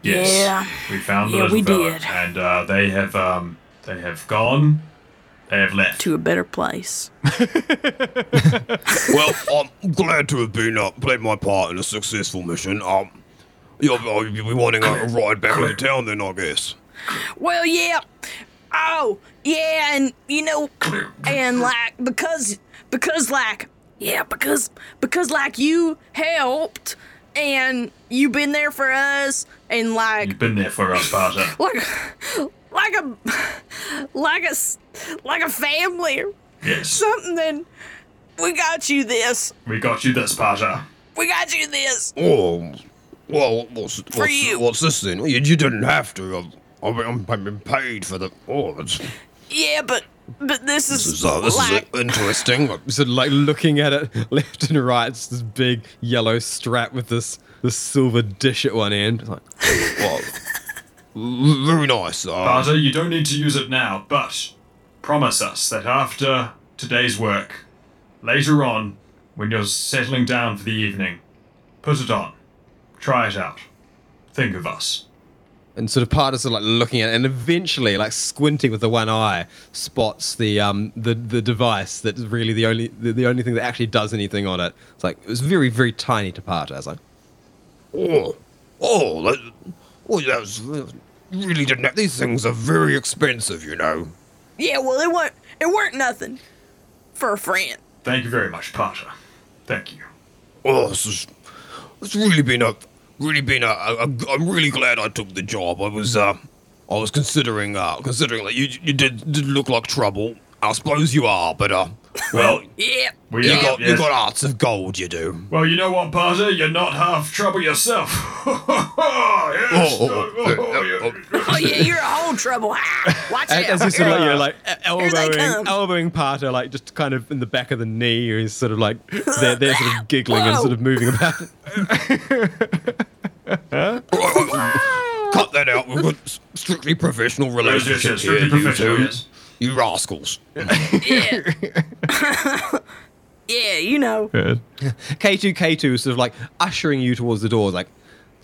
S7: Yes.
S2: Yeah.
S7: We found the
S2: Yeah,
S7: little
S2: we
S7: fella,
S2: did.
S7: and uh, they have um, they have gone. They have left.
S2: To a better place.
S9: well, I'm glad to have been uh, played my part in a successful mission. Um, you'll, you'll be wanting a ride back into town then, I guess.
S2: Well, yeah. Oh, yeah, and you know, and like because because like yeah, because because like you helped and you been there for us and like
S7: You've been there for us, Parto.
S2: like like a like a s- like a family or
S7: Yes.
S2: something then we got you this.
S7: We got you this, Parto.
S2: We got you this.
S9: Oh, well, what's, what's,
S2: you.
S9: what's this then? You, you didn't have to. I've, I've, been, I've been paid for the. Oh, that's,
S2: Yeah, but but this is,
S9: this is, uh, this
S2: like
S9: is interesting.
S4: sort of like looking at it *laughs* left and right, it's this big yellow strap with this this silver dish at one end. It's like
S9: well, very nice. Uh,
S7: Arthur, you don't need to use it now, but promise us that after today's work, later on, when you're settling down for the evening, put it on. Try it out. Think of us.
S4: and sort of part is sort of like looking at it and eventually like squinting with the one eye spots the um the the device that's really the only the, the only thing that actually does anything on it it's like it was very very tiny to part as like
S9: oh, oh, that, oh, that was. Really didn't have. These things are very expensive, you know.
S2: yeah. Well, it weren't it weren't nothing for a friend.
S7: Thank you very much, Parter. Thank you.
S9: Oh, this is, it's really been a, really been a, a, a. I'm really glad I took the job. I was, uh, I was considering, uh, considering that you, you did, did look like trouble. I suppose you are, but uh,
S7: Well,
S2: Yeah.
S7: we
S9: you got, you
S7: yes.
S9: got hearts of gold, you do.
S7: Well, you know what, Parter? You're not half trouble yourself. *laughs* Yes.
S9: Oh, oh, oh,
S7: Oh,
S9: oh,
S7: yeah.
S2: Oh yeah, you're a whole trouble. Ah, watch
S4: and
S2: out.
S4: as he's sort of like, you know, like
S2: they
S4: elbowing
S2: come.
S4: elbowing Parter like just kind of in the back of the knee or he's sort of like they're, they're sort of giggling and
S2: Whoa.
S4: sort of moving about
S9: oh. Cut that out. We've got s- strictly professional
S7: Yes, yes,
S9: relationships
S7: yes.
S9: here,
S7: Strictly
S9: you
S7: professional,
S9: two.
S7: yes.
S9: You rascals.
S2: yeah. yeah, you know.
S3: Good.
S4: K2 K2 sort of like ushering you towards the doors like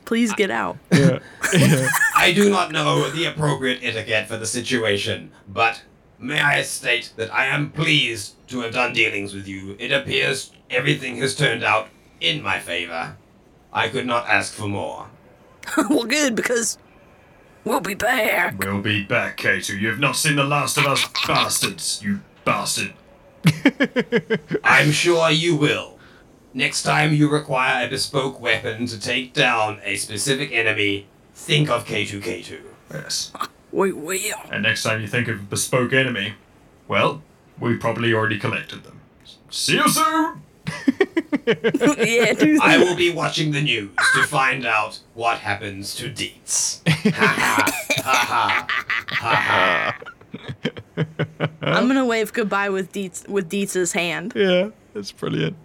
S2: Please get out. *laughs*
S1: I do not know the appropriate etiquette for the situation, but may I state that I am pleased to have done dealings with you. It appears everything has turned out in my favor. I could not ask for more.
S2: well, good because we'll be back.
S7: We'll be back, Kato. You have not seen the last of us bastards, you bastard.
S1: I'm sure you will. Next time you require a bespoke weapon to take down a specific enemy, think of K2K2.
S7: Yes.
S2: We will. *laughs*
S7: And next time you think of a bespoke enemy, well, we probably already collected them. See you soon!
S2: yeah, do
S1: I will be watching the news to find out what happens to Deets.
S2: I'm gonna wave goodbye with Dietz with Dietz's hand.
S3: Yeah, that's brilliant.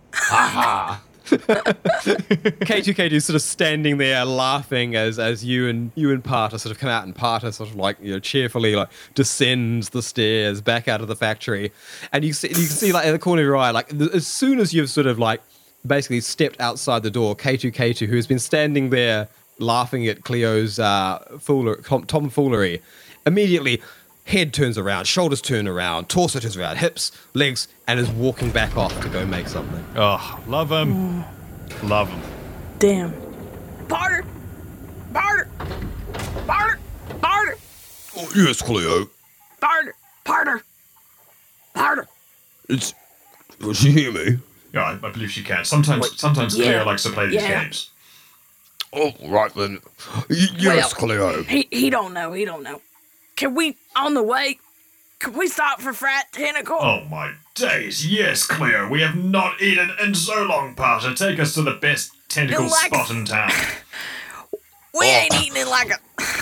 S4: K2K2 is sort of standing there laughing as as you and you and Parta sort of come out and Parta sort of like you know cheerfully like descends the stairs back out of the factory, and you see you can see like in the corner of your eye like th- as soon as you've sort of like basically stepped outside the door, K2K2 who has been standing there laughing at Cleo's uh, fooler, tom- tomfoolery, immediately head turns around, shoulders turn around, torso turns around, hips, legs, and is walking back off to go make something.
S3: Oh, love him. Love him.
S2: Damn. Barter! Barter! Barter! Barter!
S9: Oh, yes, Cleo.
S2: Barter! Barter! Barter!
S9: It's. Does she hear me?
S7: Yeah, I, I believe she can. Sometimes, sometimes
S2: yeah,
S7: Cleo likes to play these
S2: yeah.
S7: games.
S9: Oh, right then. Y- yes, Cleo.
S2: He he don't know, he don't know. Can we on the way? Can we stop for Frat Tentacle?
S7: Oh my days! Yes, Cleo, we have not eaten in so long, Parter. Take us to the best tentacle
S2: You like-
S7: spot in town.
S2: we ain't eating in like a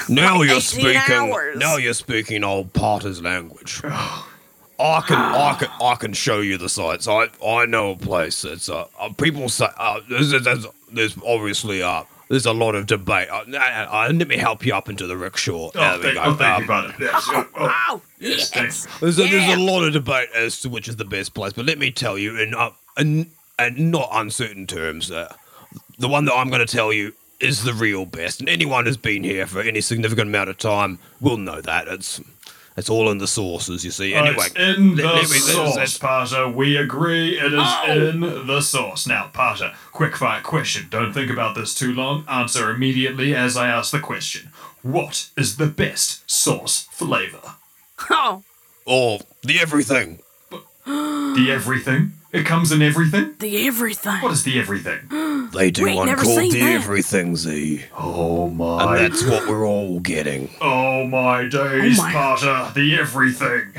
S2: *laughs*
S9: Now you're
S2: 18
S9: speaking.
S2: hours.
S9: Now you're speaking old Potter's language. I can, I can, I can show you the sites. I, I know a place that's uh, uh people say uh, there's, there's, there's obviously uh, there's a lot of debate. Uh, uh, uh, let me help you up into the rickshaw.
S7: Oh,
S9: There we
S7: thank,
S9: go.
S7: oh, thank you,
S9: Um,
S7: Parter. Yes, oh,
S2: *laughs*
S7: oh,
S2: Oh,
S7: yes, thanks.
S9: There's a, there's
S2: Yeah.
S9: a lot of debate as to which is the best place, but let me tell you in, uh, in, in not uncertain terms, uh, the one that I'm going to tell you is the real best, and anyone who's been here for any significant amount of time will know that. It's it's all in the sources, you see. Anyway,
S7: Oh, it's in the
S9: let- let me- let's-
S7: sauce,
S9: let's-
S7: Parter. We agree it is
S2: Oh!
S7: in the sauce. Now, Parter, quick fire question. Don't think about this too long. Answer immediately as I ask the question. What is the best sauce flavor?
S2: oh,
S9: oh, the everything.
S7: The everything? It comes in everything?
S2: the everything.
S7: What is the everything?
S9: They do
S2: Wait,
S9: one
S2: never
S9: called
S2: seen
S9: the
S2: that.
S9: everything Z,
S7: Oh
S9: and
S7: my
S9: that's what we're all getting.
S7: Oh my days,
S2: Oh my-
S7: Parter, the everything.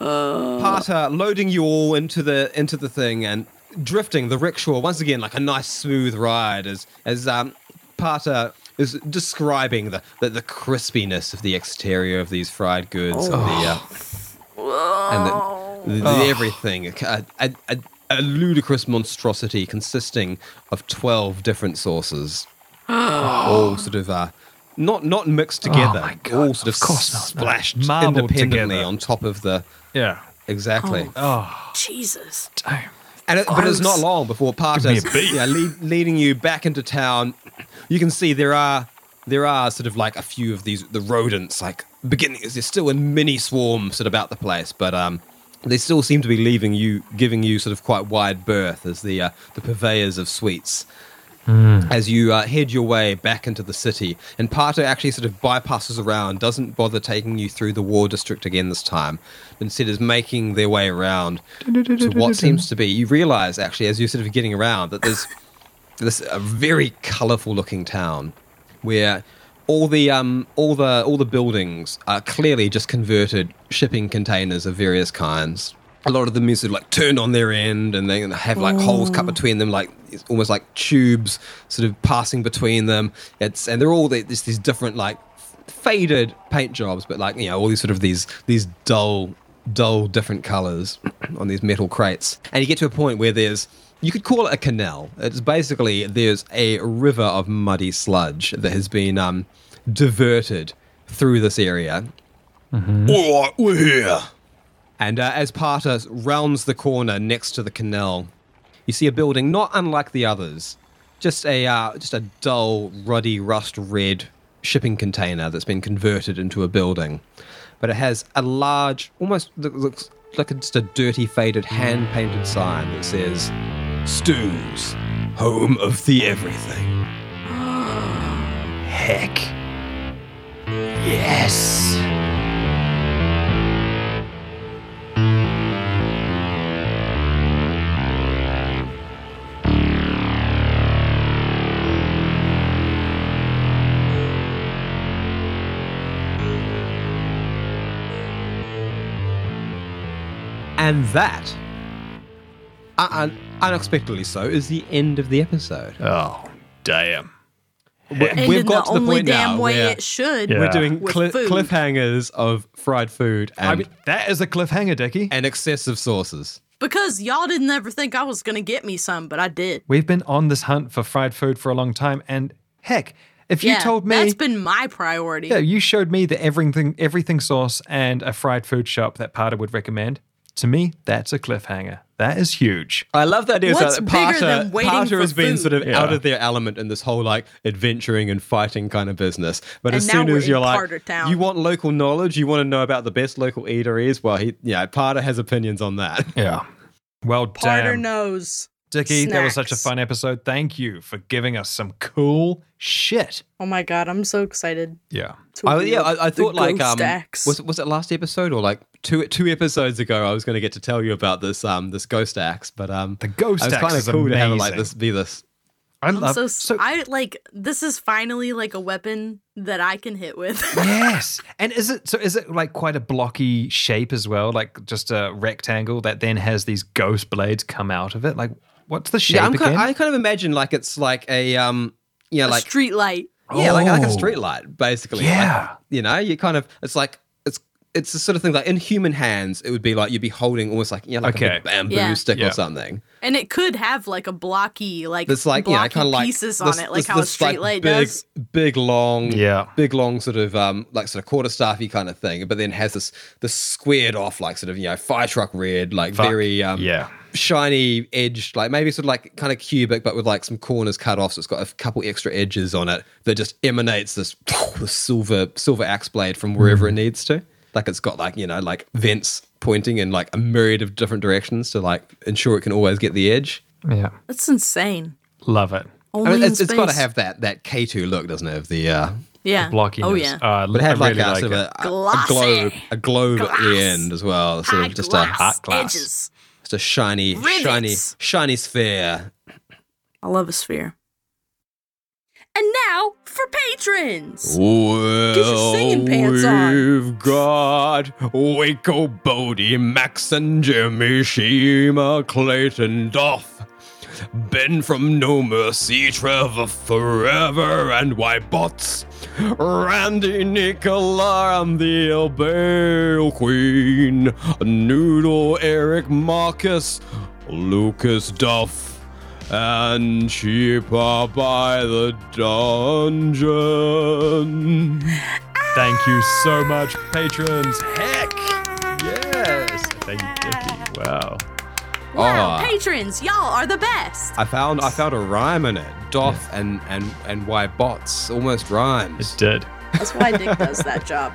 S4: Parter loading you all into the into the thing and drifting the rickshaw once again like a nice smooth ride as as um Parter is describing the, the the crispiness of the exterior of these fried goods uh,
S2: Oh.
S4: and the, uh, and the, the everything a, a, a, a ludicrous monstrosity consisting of 12 different sauces
S8: *gasps*
S4: all sort of uh not not mixed together
S8: Oh my God,
S4: all sort of,
S8: of course not.
S4: splashed
S3: Marbled
S4: independently
S3: together.
S4: on top of the
S3: Yeah. Oh.
S4: exactly
S8: Oh.
S2: Jesus.
S8: Damn.
S4: and it, but it's not
S2: Gross.
S4: long before Parta's
S3: Give me a beat.
S4: yeah, lead, leading you back into town. You can see there are there are sort of like a few of these the rodents like beginning they're still in mini swarms sort of about the place, but um they still seem to be leaving you giving you sort of quite wide berth as the uh, the purveyors of sweets as you uh, head your way back into the city. And Pato actually sort of bypasses around, doesn't bother taking you through the war district again this time. Instead, is making their way around to what seems to be. You realize actually, as you're sort of getting around, that there's this a very colourful looking town where all the um all the all the buildings are clearly just converted shipping containers of various kinds. A lot of them is sort of like turned on their end and they have like holes cut between them, like it's almost like tubes sort of passing between them. It's and they're all the- there's these different like faded paint jobs, but like you know all these sort of these these dull dull different colors on these metal crates. And you get to a point where there's you could call it a canal. It's basically there's a river of muddy sludge that has been um, diverted through this area.
S2: Mm-hmm.
S9: All right, we're here.
S4: And uh, as Parta rounds the corner next to the canal, you see a building not unlike the others, just a uh, just a dull, ruddy, rust red shipping container that's been converted into a building, but it has a large, almost look- looks like it's just a dirty, faded, hand painted sign that says
S9: Stews, home of the everything.
S8: Heck. Yes.
S4: And that, uh, un- unexpectedly so, is the end of the episode.
S3: Oh, damn.
S4: We-
S2: And in
S4: We've got
S2: the
S4: to the
S2: only
S4: point
S2: damn
S4: now
S2: way
S4: where
S2: it should.
S3: Yeah.
S4: we're doing
S2: with
S4: cli-
S2: food.
S4: cliffhangers of fried food and,
S3: I mean, that is a cliffhanger, Dickie.
S4: and excessive sauces.
S2: Because y'all didn't ever think I was gonna get me some, but I did.
S3: We've been on this hunt for fried food for a long time, and heck, if you
S2: yeah,
S3: told me
S2: that's been my priority.
S3: Yeah, you showed me the everything everything sauce and a fried food shop that Parter would recommend. To me, that's a cliffhanger. That is huge.
S4: I love that idea
S2: What's
S4: that
S2: bigger
S4: Parter,
S2: than waiting
S4: Parter
S2: for
S4: has been
S2: food?
S4: sort of
S3: Yeah.
S4: out of their element in this whole like adventuring and fighting kind of business. But
S2: And
S4: as
S2: now
S4: soon
S2: we're
S4: as
S2: in
S4: you're like,
S2: Parter town.
S4: you want local knowledge, you want to know about the best local eateries. Well, he, yeah, Parter has opinions on that. *laughs*
S3: Yeah. Well,
S2: Carter
S3: damn,
S2: knows.
S3: Dickie, that was such a
S2: snacks.
S3: fun episode. Thank you for giving us some cool shit.
S2: Oh my god, I'm so excited.
S3: Yeah.
S2: to
S4: I, yeah,
S2: read
S4: I, I
S2: the
S4: thought like
S2: ghost
S4: um,
S2: axe.
S4: was was it last episode or like two two episodes ago? I was going to get to tell you about this um this ghost axe, but um
S3: The ghost
S4: it was
S3: axe
S4: kind of
S3: is
S4: cool to have it like
S3: amazing.
S4: this be this.
S3: I
S2: I'm
S3: love
S2: so, so I like this is finally like a weapon that I can hit with. *laughs*
S3: yes. And is it so is it like quite a blocky shape as well? Like just a rectangle that then has these ghost blades come out of it? Like what's the shape
S4: Yeah, I'm
S3: again?
S4: kind I kind of imagine like it's like a um yeah
S2: a
S4: like
S2: street light.
S4: yeah like like a
S3: Oh.
S4: street light basically. Like,
S3: Yeah.
S4: you know, you kind of it's like it's it's the sort of thing like in human hands it would be like you'd be holding almost like you know, like a
S3: Okay.
S4: big bamboo
S2: Yeah.
S4: stick
S3: Yeah.
S4: or something.
S2: And it could have like a blocky, like
S4: That's like you know
S2: blocky
S4: kind of like
S2: pieces
S4: this-
S2: on it,
S4: this-
S2: like how a
S4: this, like,
S2: street light
S4: big,
S2: does.
S4: Big long
S3: Yeah.
S4: big long sort of um like sort of quarter staffy kind of thing, but then has this this squared off like sort of you know fire truck red like very um
S3: Yeah.
S4: shiny edged like maybe sort of like kind of cubic but with like some corners cut off so it's got a couple extra edges on it that just emanates this, *laughs* this silver silver axe blade from wherever
S2: Mm.
S4: it needs to like it's got like you know like vents pointing in like a myriad of different directions to like ensure it can always get the edge
S3: Yeah.
S2: That's insane.
S3: Love it.
S2: Only
S4: I mean, it's,
S2: in
S4: it's got to
S2: space.
S4: have that that K2 look doesn't it of the uh
S2: yeah.
S3: Blockiness.
S2: Oh yeah.
S3: Uh,
S4: But it had
S3: I
S4: like
S3: really
S4: a
S3: like it.
S4: sort of a, a
S2: Glossy.
S4: globe, a globe at the
S2: Glass.
S4: end as well, sort
S2: High
S4: of just a
S2: glass
S4: hot glass,
S2: edges.
S4: just a shiny, shiny,
S2: Rivets.
S4: shiny sphere.
S2: I love a sphere. And now for patrons.
S4: Well,
S2: singing pants on.
S4: we've got Waco Bodie, Max and Jimmy, Shima, Clayton Doff, Ben from No Mercy, Trevor Forever, and Why Bots, Randy Nicola, and the Albale Queen, Noodle Eric Marcus, Lucas Duff, and Cheaper by the Dungeon.
S3: Thank you so much, patrons. Heck yes. Thank you, Dickie. Wow.
S2: Wow,
S4: Ah.
S2: patrons, y'all are the best.
S4: I found I found a rhyme in it. Doff and and and why bots almost
S3: It
S4: rhymes.
S3: did.
S2: That's why Dick does that job.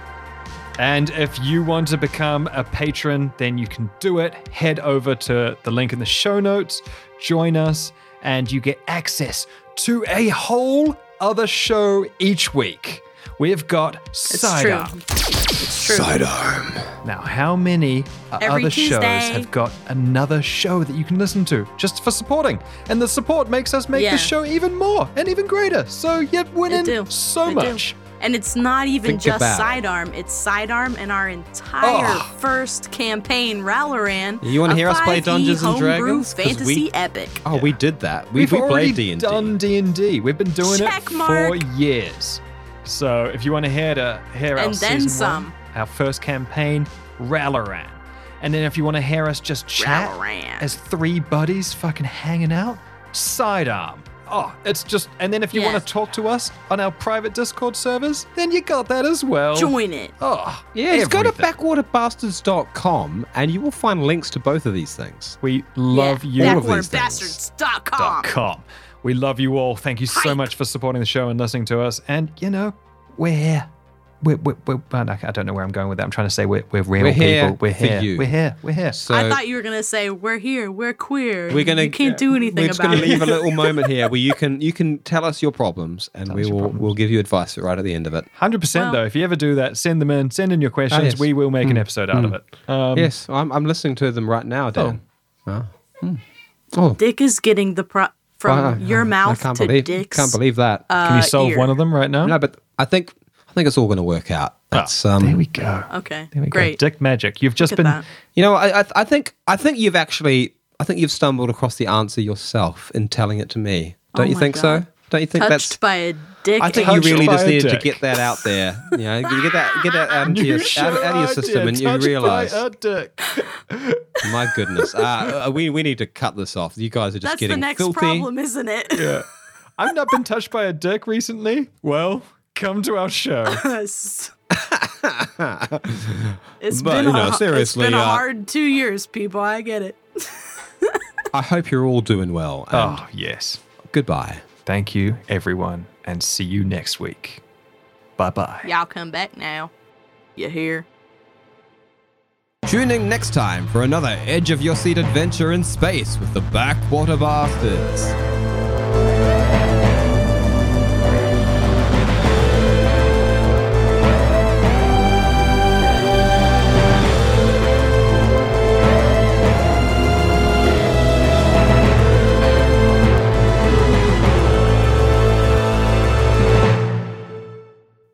S3: And if you want to become a patron, then you can do it. Head over to the link in the show notes, join us, and you get access to a whole other show each week. We've got
S2: It's true.
S3: Sidearm.
S2: It's true.
S3: Now, how many uh,
S2: Every
S3: other shows
S2: Tuesday.
S3: have got another show that you can listen to just for supporting? And the support makes us make
S2: Yeah.
S3: the show even more and even greater. So you're winning
S2: do.
S3: so
S2: They do.
S3: much.
S2: And it's not even
S4: Think
S2: just
S4: about it.
S2: sidearm; it's sidearm and our entire
S3: Oh.
S2: first campaign, Raloran.
S4: You wanna
S2: a
S4: hear us play
S2: 5e
S4: Dungeons and
S2: homebrew
S4: Dragons? 'Cause
S2: fantasy
S4: we-
S2: epic.
S4: Oh, we did that. We, we
S3: already
S4: played D and
S3: done
S4: D.
S3: D and D. We've been doing
S2: Check
S3: it
S2: mark.
S3: for years. So if you want to hear to hear our
S2: And then
S3: season
S2: some.
S3: one, our first campaign, Raloran. And then if you want to hear us just chat
S2: Raloran.
S3: as three buddies fucking hanging out, sidearm. Oh, it's just and then if you
S2: Yeah.
S3: want to talk to us on our private Discord servers, then you got that as well.
S2: Join it.
S3: Oh,
S4: Yeah, just go to
S3: everything.
S4: backwaterbastards.com and you will find links to both of these things.
S3: We love you.
S4: all of these things.
S2: Backwaterbastards.com.
S3: com. We love you all. Thank you so much for supporting the show and listening to us. And you know, we're here. We're, we're, we're, well, I don't know where I'm going with that. I'm trying to say we're, we're real
S4: We're here
S3: people. We're
S4: for
S3: here.
S4: you.
S3: We're here. We're here.
S4: So
S2: I thought you were gonna say we're here, we're queer.
S4: Uh, we're gonna
S2: you can't do anything
S4: We're just
S2: about
S4: gonna
S2: it.
S4: leave a little moment here where you can you can tell us your problems and we
S3: us your
S4: will
S3: problems.
S4: we'll give you advice right at the end of it.
S3: 100% though, if you ever do that, send them in. Send in your questions.
S4: yes.
S3: We will
S4: Hmm.
S3: make an episode out of it. Um,
S4: yes, I'm, I'm listening to them right now, Dan. Oh,
S2: *laughs* Dick is getting the pro from
S4: Wow,
S2: your
S4: I
S2: mouth
S4: can't
S2: to
S4: believe,
S2: Dick's.
S4: Can't believe that.
S3: Can
S2: uh,
S3: you solve
S2: ear.
S3: one of them right now?
S4: No, but I think I think it's all going to work out.
S3: Ah,
S4: That's
S10: There
S4: um.
S10: we go.
S2: Okay.
S3: There we go.
S2: Great.
S3: Dick magic. You've just
S2: at
S3: been.
S2: that.
S4: You know, I, I I think I think you've actually I think you've stumbled across the answer yourself in telling it to me. Don't
S2: Oh
S4: you
S2: my
S4: think so?
S2: God.
S4: Don't you think
S2: Touched
S4: that's?
S2: by a dick.
S4: I think
S2: and-
S4: you
S3: touched
S4: really
S3: by
S4: just
S3: a
S4: needed to
S3: dick.
S4: get that out there. You know, you get that get
S3: *laughs*
S4: that out, into your, out, out of your system, and you realize,
S3: dick.
S4: my goodness, uh, uh, we we need to cut this off. You guys are just
S2: That's the
S4: getting
S2: next
S4: filthy.
S2: problem, isn't
S4: *laughs*
S2: it?
S3: I've not been touched by a dick recently. Well, come to our show.
S4: *laughs*
S2: Yes. It's
S4: But,
S2: been
S4: you
S2: a,
S4: know,
S2: har- it's
S4: seriously,
S2: been a
S4: uh,
S2: hard two years, people. I get it.
S4: I hope you're all doing well. And
S3: oh, yes.
S4: Goodbye.
S3: Thank you, everyone, and see you next week. Bye bye.
S2: Y'all come back now. You hear?
S4: Tune in next time for another edge of your seat adventure in space with the Backwater Bastards.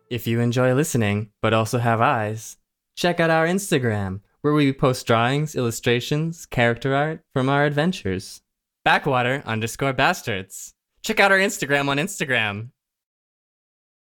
S9: If you enjoy listening, but also have eyes, check out our Instagram, where we post drawings, illustrations, character art from our adventures. Backwater underscore bastards. Check out our Instagram on Instagram.